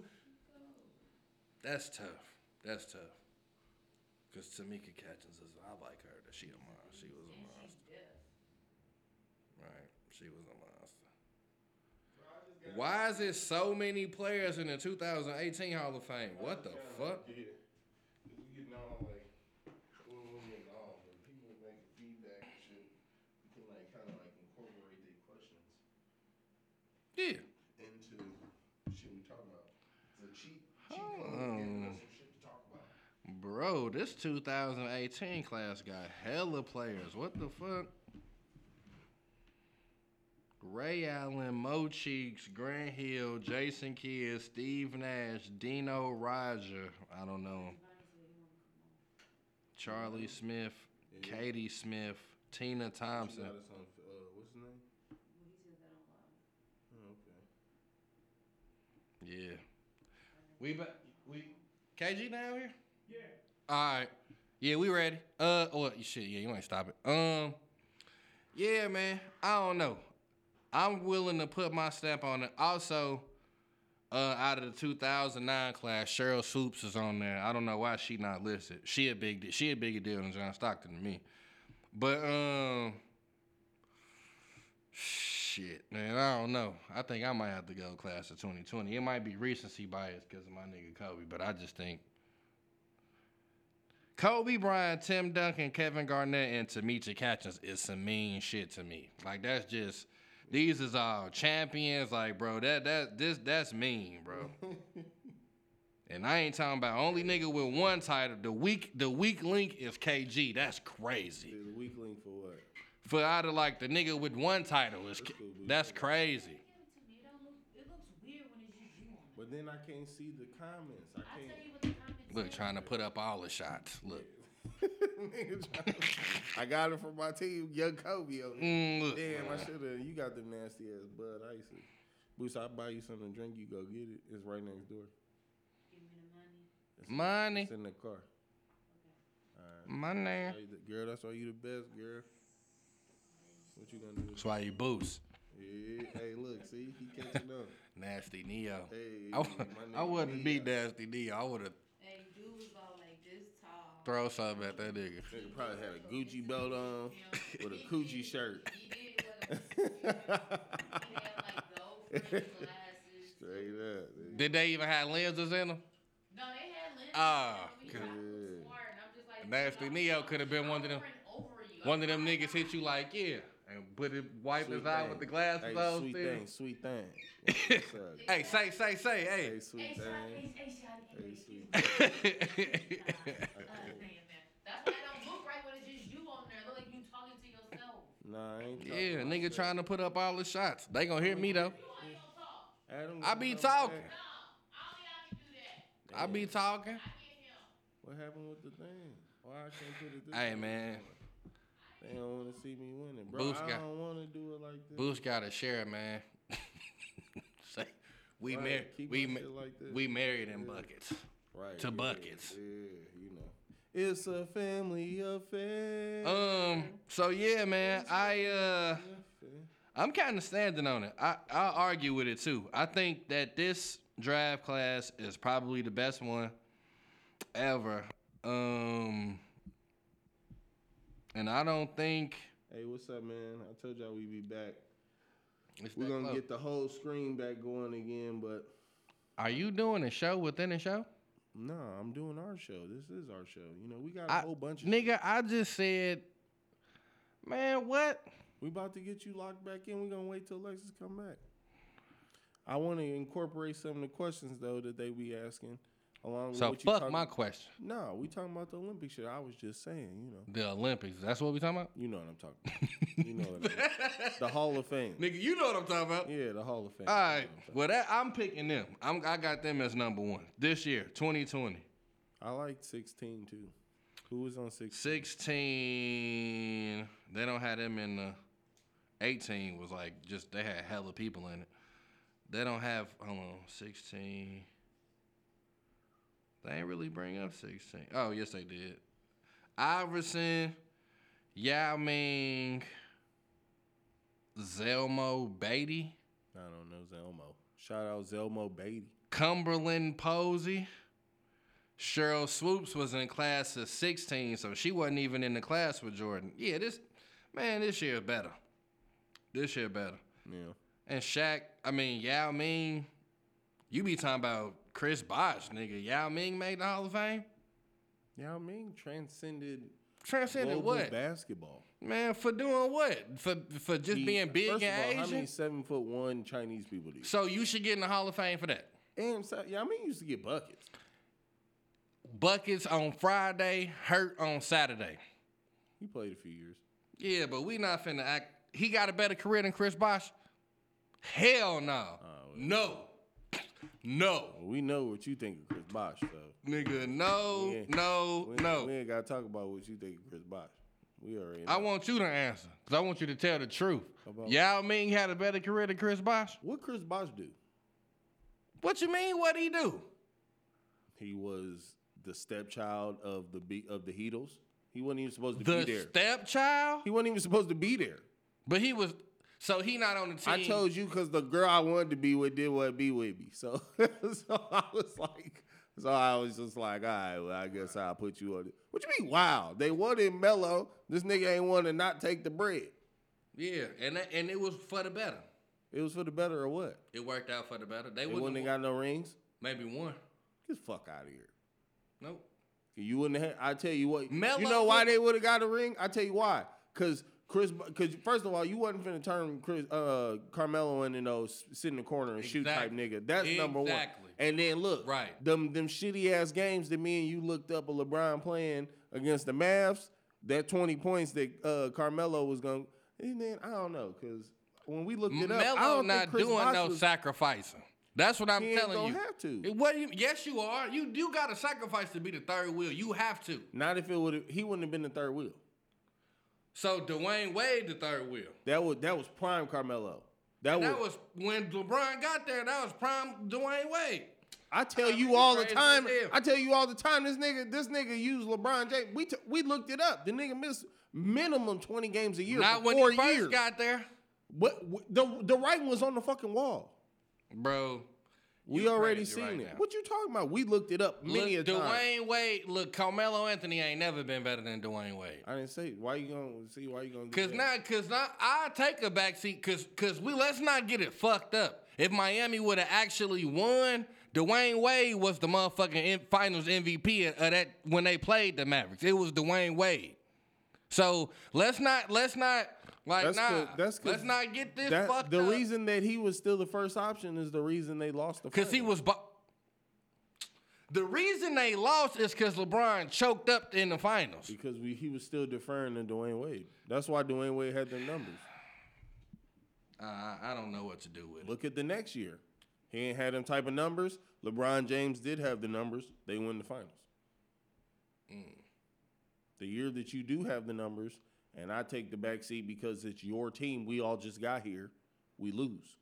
S2: That's tough. That's tough. Cause Tamika Catchings is I like her. That she a monster. She was a
S5: And she's
S2: monster.
S5: deaf.
S2: Right. She was a monster. Why is it so many players in the 2018 Hall of Fame? What the fuck? Yeah. Oh. Bro, this 2018 class got hella players. What the fuck? Ray Allen, Mo Cheeks, Grant Hill, Jason Kidd, Steve Nash, Dino Roger. I don't know. Charlie Smith, Katie Smith, Tina Thompson.
S1: uh,
S5: He said that on live.
S1: Oh,
S2: Yeah. We ba- we KG down here?
S4: Yeah.
S2: All right. Yeah, we ready. Uh, well, you shit. Yeah, you ain't stop it. Um, yeah, man. I don't know. I'm willing to put my stamp on it. Also, uh, out of the 2009 class, Cheryl Swoops is on there. I don't know why she not listed. She a big. de- She a bigger deal than John Stockton to me. But um, shit, man. I don't know. I think I might have to go class of 2020. It might be recency bias because of my nigga Kobe, but I just think Kobe Bryant, Tim Duncan, Kevin Garnett, and Tamika Catchings is some mean shit to me. Like that's just these is all champions. Like, bro, that that this that's mean, bro. and I ain't talking about only nigga with one title. The weak the weak link is KG. That's crazy.
S1: The weak link for what?
S2: For out of like the nigga with one title is K- that's crazy.
S5: Give it to me. It don't look. It looks weird when it's just you on it.
S1: But then I can't see the comments. I
S5: I
S1: can't.
S5: tell you what the comments.
S2: Look,
S5: say.
S2: trying to put up all the shots. Look,
S1: Nigga tryna- I got it from my team, Young Kobe. over there.
S2: Mm, look.
S1: Damn, I should have. uh, You got them nasty ass Bud Ices. Boots, I buy you something to drink. You go get it. It's right next door.
S5: Give me the money.
S1: It's
S2: money,
S1: It's in the car.
S2: money.
S1: Why you the- Girl, that's why you the best, girl. What you gonna do?
S2: That's why you boost.
S1: Yeah. Hey, look, see, he catching up.
S2: Nasty Neo.
S1: Hey,
S2: I,
S1: my
S2: I
S1: nigga
S2: wouldn't
S1: Neo.
S2: be Nasty D. I would have
S5: Hey, dude was all like this tall.
S2: throw something at that nigga.
S1: Nigga probably had a Gucci belt on with a coochie shirt.
S5: He did what he had like gold framed glasses.
S1: Straight up. nigga.
S2: Did they even have lenses in them?
S5: No, they had lenses.
S2: Ah,
S5: and we
S2: good.
S5: thought it was smart, and I'm just like,
S2: Nasty
S5: "Dude, I
S2: Neo
S5: was
S2: could have been one of them-
S5: hovering over you."
S2: One of them niggas hit you like, yeah, and put it, wipe
S1: Sweet
S2: his eye
S1: thing.
S2: with the glasses
S1: Hey,
S2: on.
S1: sweet
S2: still.
S1: thing, sweet thing. What's up?
S2: Hey, say, say, say,
S1: Hey,
S2: hey.
S1: sweet
S5: Hey, Shawty,
S1: thing. Hey,
S5: hey, Shawty, hey, excuse
S1: sweet
S5: me.
S1: thing.
S5: Uh, saying that. That's why it don't look right when it's just you on there. It look like you talking to yourself.
S1: Nah, I ain't talking
S2: Yeah,
S1: about
S2: nigga
S1: that.
S2: trying to put up all the shots. They gonna hear me though.
S5: You ain't gonna talk.
S1: Adam,
S2: I
S1: what
S2: be
S1: happened
S2: talking.
S1: with
S5: No, only I can do that.
S1: that?
S2: I be
S1: Damn,
S2: talking.
S5: I get him.
S1: What happened with the thing? Why I can't put it this
S2: Hey
S1: way?
S2: man,
S1: They don't want to see me winning, bro.
S2: Boost
S1: I
S2: got-
S1: don't want to do it like this.
S2: Boost gotta share, man. say, we
S1: Right,
S2: married,
S1: keep
S2: we
S1: my
S2: ma-
S1: shit like this.
S2: we married in buckets.
S1: Right.
S2: to
S1: yeah,
S2: buckets.
S1: Yeah, you know. It's a family affair.
S2: Um, so yeah, man, I uh. I'm kind of standing on it. I I argue with it too. I think that this draft class is probably the best one ever. Um, and I don't think
S1: Hey, what's up, man? I told y'all we'd be back.
S2: It's
S1: We're
S2: that
S1: gonna
S2: close.
S1: get the whole screen back going again, but
S2: Are you doing a show within a show?
S1: no, I'm doing our show. This is our show. You know, we got a
S2: I-
S1: whole bunch of shit.
S2: Nigga, I just said, man, what?
S1: We about to get you locked back in. We're gonna wait till Alexis come back. I want to incorporate some of the questions though that they be asking, along
S2: So
S1: with what you
S2: fuck
S1: talking-
S2: my question.
S1: No, we talking about the Olympic shit. I was just saying, you know,
S2: The Olympics. That's what we talking about.
S1: you know what I'm talking. about. You know what I mean. the Hall of Fame.
S2: Nigga, you know what I'm talking about.
S1: Yeah, the Hall of Fame.
S2: All right.
S1: You know what
S2: Well, that I'm picking them. I'm, I got them as number one this year, 2020.
S1: I'm talking- I like 16 too. Who was on 16?
S2: 16. They don't have them in the 18 was like just they had hella people in it. They don't have hold on 16. They ain't really bring up 16. Oh yes they did. Iverson, Yao Ming, Zelmo Beatty,
S1: I don't know Zelmo. Shout out Zelmo Beatty.
S2: Cumberland Posey. Cheryl Swoops was in class of 16, so she wasn't even in the class with Jordan. Yeah, this man, this year better. This year better.
S1: Yeah.
S2: And Shaq, I mean Yao Ming, you be talking about Chris Bosh, nigga. Yao Ming made the Hall of Fame.
S1: Yao Ming transcended,
S2: Transcended
S1: global
S2: what,
S1: basketball.
S2: man? For doing what? For for just
S1: He-
S2: being big
S1: first
S2: and
S1: of all, How
S2: Asian.
S1: many seven foot one Chinese people do you?
S2: So you should get in the Hall of Fame for that.
S1: And so, Yao Ming used to get buckets.
S2: Buckets on Friday, hurt on Saturday.
S1: He played a few years.
S2: Yeah, but we not finna act. He got a better career than Chris Bosh. Hell
S1: well.
S2: no. no. No.
S1: Well, we know what you think of Chris Bosh, though.
S2: Nigga, no,
S1: We ain't-
S2: no,
S1: We ain't,
S2: no.
S1: we ain't gotta talk about what you think of Chris Bosh. We already. Know.
S2: I want you to answer because I want you to tell the truth.
S1: About-
S2: Yao Ming had a better career than Chris Bosh.
S1: what Chris Bosh do?
S2: What you mean? What he do?
S1: He was the stepchild of the be- of the Heatles. He wasn't even supposed to be
S2: The
S1: there.
S2: stepchild,
S1: he wasn't even supposed to be there.
S2: but he was. So he not on the team.
S1: I told you because the girl I wanted to be with did want to be with me. So, so I was like, so I was just like, all right, well, I guess I'll put you on it. What you mean, wow? They wanted Mello. This nigga ain't want to not take the bread.
S2: Yeah, and that, and it was for the better.
S1: It was for the better or what?
S2: It worked out for the better. They,
S1: They
S2: wouldn't
S1: wouldn't have got no rings.
S2: maybe one.
S1: Get the fuck out of here.
S2: Nope.
S1: You wouldn't have. I tell you what.
S2: Melo
S1: you know why
S2: would-
S1: they would have got a ring? I tell you why. Cause Chris, cause first of all, you wasn't finna turn Chris, uh, Carmelo in and those sit in the corner and shoot type
S2: Exactly.
S1: nigga. That's number one.
S2: Exactly.
S1: And then look,
S2: Right.
S1: Them them shitty ass games that me and you looked up a LeBron playing against the Mavs. That twenty points that uh, Carmelo was gonna. And then I don't know, cause when we looked it up, I
S2: Melo
S1: don't
S2: not
S1: think Chris
S2: doing
S1: Bosh
S2: no
S1: was-
S2: sacrificing. That's what I'm
S1: He ain't
S2: telling
S1: gonna
S2: you.
S1: have to.
S2: It- What you, yes, you are. You do got to sacrifice to be the third wheel. You have to.
S1: Not if it would. He wouldn't have been the third wheel.
S2: So Dwayne Wade, the third wheel.
S1: That was that was prime Carmelo. That,
S2: That
S1: was,
S2: was when LeBron got there. That was prime Dwayne Wade.
S1: I tell
S2: I
S1: you
S2: mean,
S1: all the
S2: crazy
S1: time.
S2: as hell.
S1: I tell you all the time. This nigga, this nigga used LeBron James. We t- we looked it up. The nigga missed minimum twenty games a year
S2: Not
S1: for
S2: when
S1: four
S2: he first
S1: years.
S2: got there,
S1: what, what- the the writing was on the fucking wall.
S2: bro.
S1: We
S2: You
S1: already
S2: crazy
S1: seen
S2: right
S1: it.
S2: now.
S1: What you talking about? We looked it up many
S2: look,
S1: a time.
S2: Dwayne Wade. Look, Carmelo Anthony ain't never been better than Dwayne Wade.
S1: I didn't say why you gonna see why you gonna do
S2: Cause
S1: that?
S2: not, cause not, I take a backseat. Cause, cause we let's not get it fucked up. If Miami would have actually won, Dwayne Wade was the motherfucking M- Finals MVP of that when they played the Mavericks. It was Dwayne Wade. So let's not, let's not like
S1: That's
S2: nah.
S1: 'cause- that's 'cause
S2: let's not get this
S1: That-
S2: fucked
S1: the
S2: up.
S1: reason that he was still the first option is the reason they lost the.
S2: Cause he
S1: finals.
S2: was. Bo- the reason they lost is cause LeBron choked up in the finals.
S1: because we he was still deferring to Dwayne Wade. That's why Dwayne Wade had the numbers.
S2: Uh, I I don't know what to do with it.
S1: Look at the next year. He ain't had them type of numbers. LeBron James did have the numbers. They win the finals. Mm. The year that you do have the numbers, and I take the back seat because it's your team. We all just got here. We lose.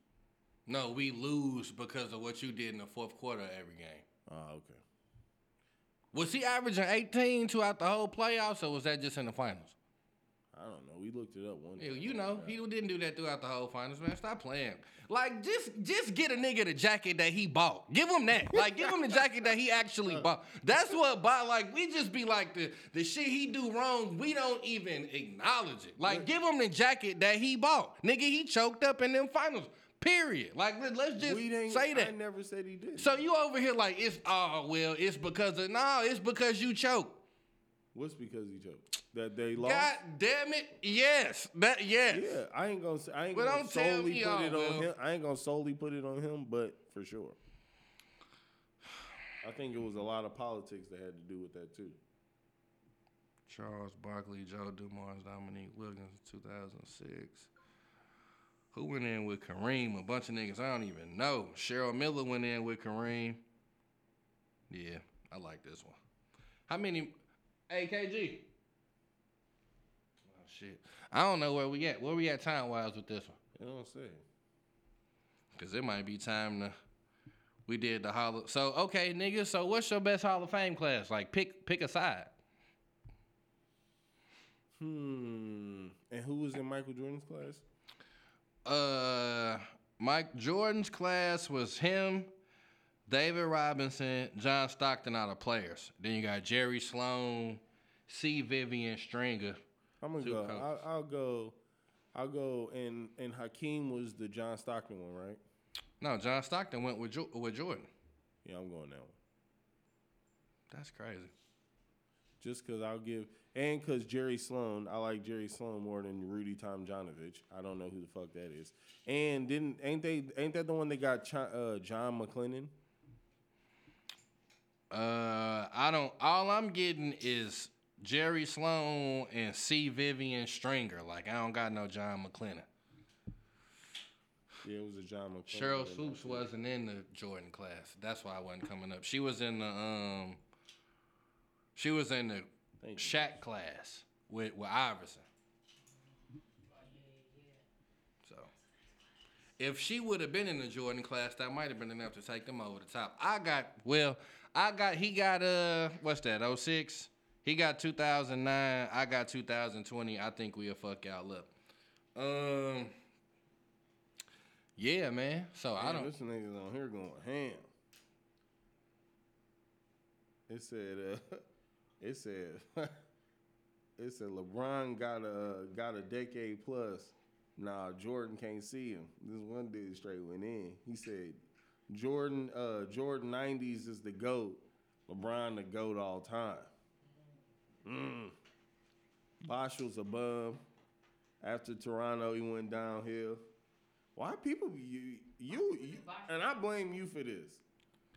S2: No, we lose because of what you did in the fourth quarter of every game.
S1: Ah, okay.
S2: Was he averaging 18 throughout the whole playoffs, or was that just in the finals?
S1: I don't know. We looked it up one
S2: Yeah,
S1: time.
S2: you know, he didn't do that throughout the whole finals, man. Stop playing. Like, just just get a nigga the jacket that he bought. Give him that. Like, give him the jacket that he actually bought. That's what bought. Like, we just be like the the shit he do wrong. We don't even acknowledge it. Like, give him the jacket that he bought, nigga. He choked up in them finals. Period. Like, let, us just
S1: we didn't,
S2: say that.
S1: I never said he did.
S2: So you over here like it's oh well, it's because of no, it's because you choked.
S1: What's because he choked? That they lost?
S2: God damn it! Yes, that yes.
S1: Yeah, I ain't gonna. s- I ain't
S2: Well,
S1: gonna
S2: don't tell
S1: solely
S2: me
S1: put
S2: y'all,
S1: it on
S2: Will.
S1: him. I ain't gonna solely put it on him, but for sure. I think it was a lot of politics that had to do with that too.
S2: Charles Barkley, Joe Dumars, Dominique Wilkins, 2006. Who went in with Kareem? A bunch of niggas I don't even know. Cheryl Miller went in with Kareem. Yeah, I like this one. How many? AKG. Oh shit. I don't know where we at. Where we at time wise with this one?
S1: You know what I'm saying?
S2: Cause it might be time to. We did the Hall of So okay, nigga. So what's your best Hall of Fame class? Like pick pick a side.
S1: Hmm. And who was in Michael Jordan's class?
S2: uh Mike Jordan's class was him, David Robinson, John Stockton out of players. Then you got Jerry Sloan, C. Vivian Stringer.
S1: I'm gonna
S2: Two
S1: go.
S2: coaches.
S1: I'll, I'll go. I'll go. And and Hakeem was the John Stockton one, right?
S2: No, John Stockton went with jo- with Jordan.
S1: Yeah, I'm going that one.
S2: That's crazy.
S1: Just because I'll give, and because Jerry Sloan, I like Jerry Sloan more than Rudy Tomjanovich. I don't know who the fuck that is. And didn't ain't they ain't that the one that got Ch- uh, John McLennan?
S2: Uh, I don't. All I'm getting is Jerry Sloan and C. Vivian Stringer. Like I don't got no John McLennan.
S1: Yeah, it was a John McLennan.
S2: Cheryl Swoops wasn't in the Jordan class. That's why I wasn't coming up. She was in the um. She was in the
S1: Thank you.
S2: Shaq class with with Iverson. So, if she would have been in the Jordan class, that might have been enough to take them over the top. I got well, I got he got uh what's that 06? He got 2009. I got 2020. I think we'll fuck y'all up. Um. Yeah, man. So I
S1: Damn,
S2: don't.
S1: This niggas on here going ham. It said. Uh, it said. it said LeBron got a got a decade plus. Nah, Jordan can't see him. This one dude straight went in. He said, Jordan. Uh, Jordan nineties is the goat. LeBron the goat all time. Mm. Bosh was a bum. After Toronto, he went downhill. Why people be- you you, you and I blame you for this,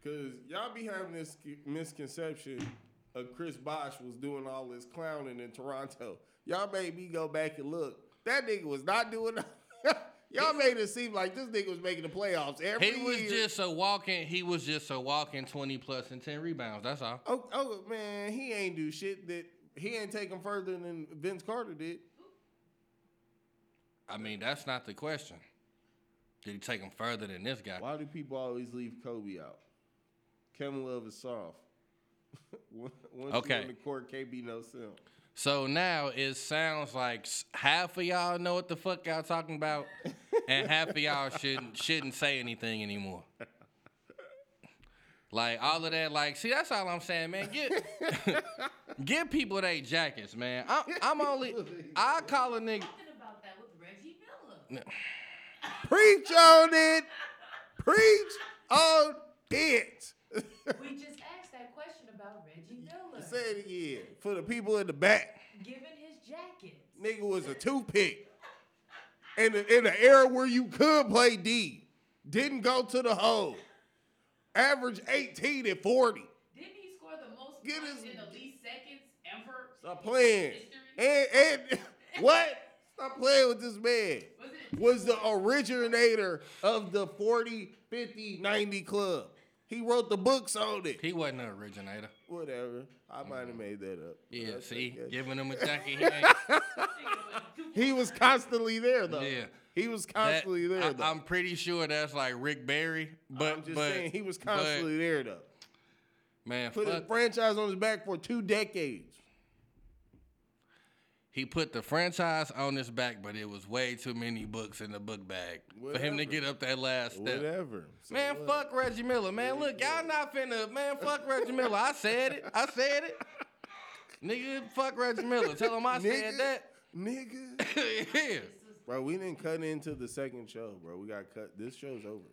S1: cause y'all be having this misconception of Chris Bosh was doing all this clowning in Toronto. Y'all made me go back and look. That nigga was not doing. y'all made it seem like this nigga was making the playoffs every
S2: He was
S1: year.
S2: just a walking. He was just a walking 20 plus and 10 rebounds. That's all.
S1: Oh, oh man, he ain't do shit that he ain't taken further than Vince Carter did.
S2: I mean, that's not the question. Did he take him further than this guy?
S1: Why do people always leave Kobe out? Kevin Love is soft. Once
S2: Okay.
S1: you on the court, can't be no sim.
S2: So now it sounds like s- half of y'all know what the fuck y'all talking about, and half of y'all shouldn't shouldn't say anything anymore. Like all of that, like see, that's all I'm saying, man. Get give people they jackets, man. I'm, I'm only I call a nigga.
S5: Talking about that with Reggie Miller.
S1: Preach on it. Preach on it.
S5: We just asked that question about Reggie Miller.
S1: Say it again. For the people in the back,
S5: Given his jacket.
S1: nigga was a toothpick. In the, in the era where you could play D, didn't go to the hole. Average 18 and 40.
S5: Didn't he score the most
S1: Get
S5: points
S1: his-
S5: in the least seconds ever?
S1: Stop playing. And, and what? Stop playing with this man.
S5: Was it
S1: Was the originator of the 40, 50, 90 club. He wrote the books on it.
S2: He wasn't an originator.
S1: Whatever. I might have made that up.
S2: Yeah,
S1: That's
S2: see,
S1: okay.
S2: giving him a jacket. He ain't,
S1: He was constantly there though.
S2: Yeah.
S1: He was
S2: that-
S1: constantly there though.
S2: I, am pretty sure that's like Rick Barry, but
S1: I'm just
S2: but,
S1: saying he was
S2: but,
S1: constantly there though.
S2: man.
S1: Put
S2: fuck
S1: his franchise on his back for two decades.
S2: He put the franchise on his back, but it was way too many books in the book bag for him to
S1: Whatever.
S2: get up that last step.
S1: Whatever. So
S2: Man,
S1: what?
S2: fuck Reggie Miller, man. Look, y'all not finna. Man, fuck Reggie Miller. I said it. I said it. Nigga, fuck Reggie Miller. Tell him I
S1: Nigga.
S2: said that.
S1: Nigga.
S2: yeah.
S1: Bro, we didn't cut into the second show, bro. We got cut. This show's over.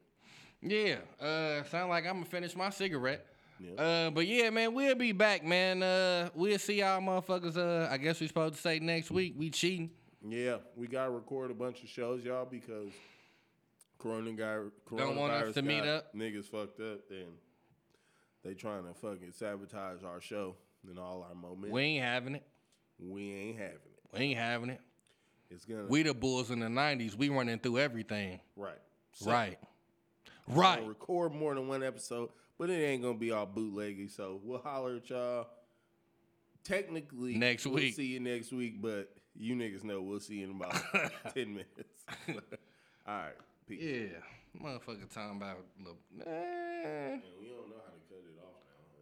S2: Yeah. Uh, sound like I'm gonna finish my cigarette.
S1: Yep.
S2: Uh, but yeah, man, we'll be back, man. Uh, we'll see y'all motherfuckers. Uh, I guess we supposed to say next week. We cheating.
S1: Yeah, we gotta record a bunch of shows, y'all, because Corona guy coronavirus
S2: Don't want us to
S1: got
S2: meet up.
S1: Niggas fucked up and they trying to fucking sabotage our show and all our momentum.
S2: We ain't having it.
S1: we ain't having it.
S2: We ain't having it.
S1: It's gonna
S2: We the bulls in the '90s. We running through everything.
S1: right.
S2: right.
S1: we're
S2: Right.
S1: gonna Record more than one episode, but it ain't gonna be all bootleggy. So we'll holler at y'all. Technically,
S2: Next
S1: we'll
S2: week.
S1: See you next week, but you niggas know we'll see you in about ten minutes. all right, peace.
S2: Yeah. Motherfucker talking about. look, eh.
S1: Man, we don't know how to cut it off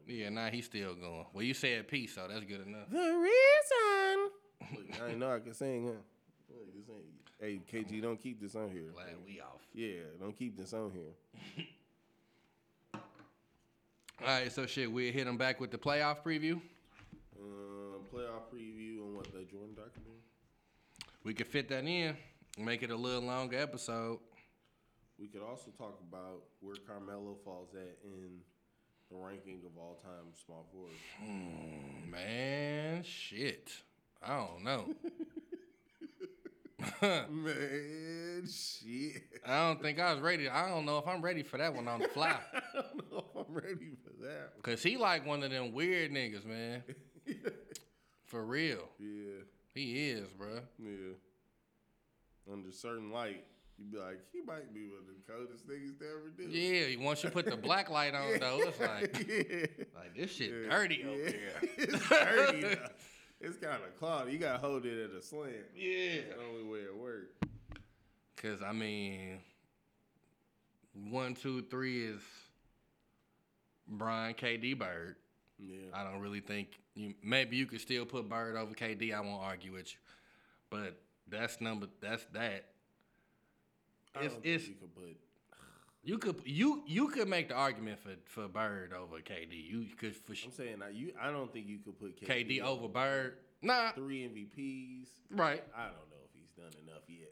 S1: now.
S2: Yeah, nah, he's still going. Well, you said peace, so that's good enough.
S1: The reason. Look, I didn't know I could sing, huh? Look, this ain't. Hey, KG, don't keep this on here.
S2: Glad we off.
S1: Yeah, don't keep this on here.
S2: All right, so shit, we hit him back with the playoff preview.
S1: Um, playoff preview on what the Jordan documentary.
S2: We could fit that in, make it a little longer episode.
S1: We could also talk about where Carmelo falls at in the ranking of all time small forwards.
S2: Mm, Man, shit. I don't know.
S1: Man, shit.
S2: I don't think I was ready. I don't know if I'm ready for that one on the fly.
S1: I don't know if I'm ready for that.
S2: Cause he like one of them weird niggas, man. For real.
S1: Yeah,
S2: He is, bruh.
S1: yeah. Under certain light, you'd be like, he might be one of the coldest niggas to ever do. it.
S2: Yeah, once you put the black light on though, it's like
S1: yeah.
S2: like this shit
S1: Yeah.
S2: dirty
S1: Yeah.
S2: over here.
S1: it's dirty. though. It's kind of cloudy. You got to hold it at a slant.
S2: Yeah.
S1: That's the only way it works.
S2: Cause I mean, one, two, three is Brian KD Bird.
S1: Yeah.
S2: I don't really think you. Maybe you could still put Bird over KD. I won't argue with you, but that's number. That's that.
S1: I
S2: It's
S1: don't think
S2: it's
S1: you could put
S2: you could you you could make the argument for for Bird over KD. You could for sh-
S1: I'm saying I you I don't think you could put KD,
S2: KD over Bird. Nah,
S1: three MVPs.
S2: right.
S1: I don't know if he's done enough yet.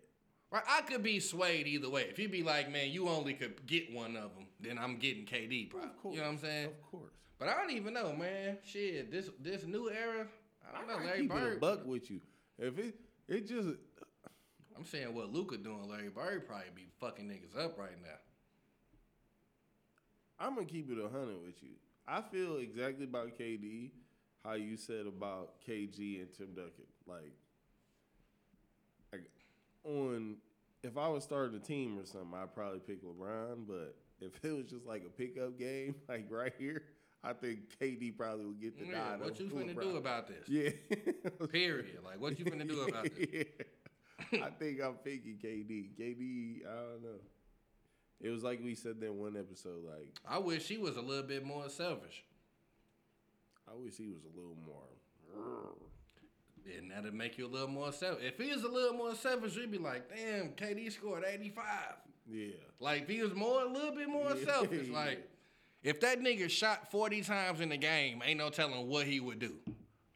S2: Right, I could be swayed either way. If you be like, man, you only could get one of them, then I'm getting KD. Probably. You know what I'm saying?
S1: Of course.
S2: But I don't even know, man. Shit, this this new era. I
S1: I'm
S2: don't know,
S1: not
S2: Larry
S1: keeping a
S2: Bird.
S1: buck with you. If it it just
S2: I'm saying what Luca doing, Larry Bird probably be fucking niggas up right now.
S1: I'm gonna keep it a hundred with you. I feel exactly about KD how you said about KG and Tim Duncan. Like, like on if I was starting a team or something, I'd probably pick LeBron. But if it was just like a pickup game, like right here, I think KD probably would get the
S2: Yeah,
S1: nod.
S2: what
S1: over
S2: you finna do
S1: LeBron.
S2: about this?
S1: Yeah.
S2: Period. Like what you finna do about this?
S1: I think I'm picking KD. KD, I don't know. It was like we said that one episode. Like
S2: I wish he was a little bit more selfish,
S1: I wish he was a little more.
S2: and that'd make you a little more selfish. If he was a little more selfish, you'd be like, damn, KD scored 85.
S1: Yeah.
S2: Like if he was more a little bit more
S1: Yeah,
S2: selfish,
S1: yeah.
S2: like if that nigga shot 40 times in the game, ain't no telling what he would do.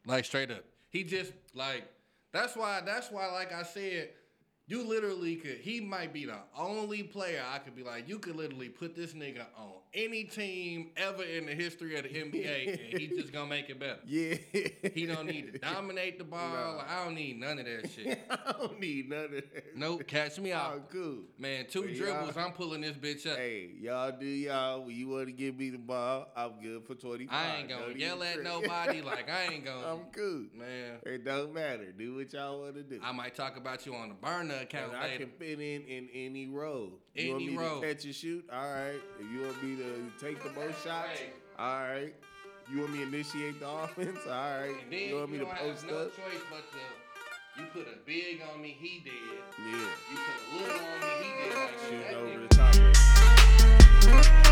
S2: Like straight up. He just like that's why that's why like I said, you literally could he might be the only player I could be like, you could literally put this nigga on any team ever in the history of the NBA and he just gonna make it better.
S1: Yeah.
S2: He don't need to dominate the ball.
S1: Nah.
S2: Like, I don't need none of that shit.
S1: I don't need none of that.
S2: Nope, catch me
S1: Oh,
S2: out.
S1: cool.
S2: Man, two
S1: But y'all-
S2: dribbles, I'm pulling this bitch up.
S1: Hey, y'all do y'all. When you want to give me the ball, I'm good for 25.
S2: I ain't gonna
S1: Don't
S2: yell
S1: even
S2: at
S1: trip.
S2: nobody. Like I ain't gonna.
S1: I'm cool.
S2: man,
S1: It don't matter. Do what y'all want to do.
S2: I might talk about you on the burner account
S1: And I
S2: later.
S1: can fit in in any role. you want
S2: Any
S1: me
S2: role.
S1: to catch and shoot? All right. If you want me to take the most shots? All right. You want me to initiate the offense? All right.
S2: And then
S1: You want me to
S2: don't have
S1: post
S2: no
S1: up?
S2: choice but to. You put a big on me, he did.
S1: Yeah.
S2: You put a little on me, he did. Like,
S1: Shooting
S2: that
S1: over
S2: nigga-
S1: the top.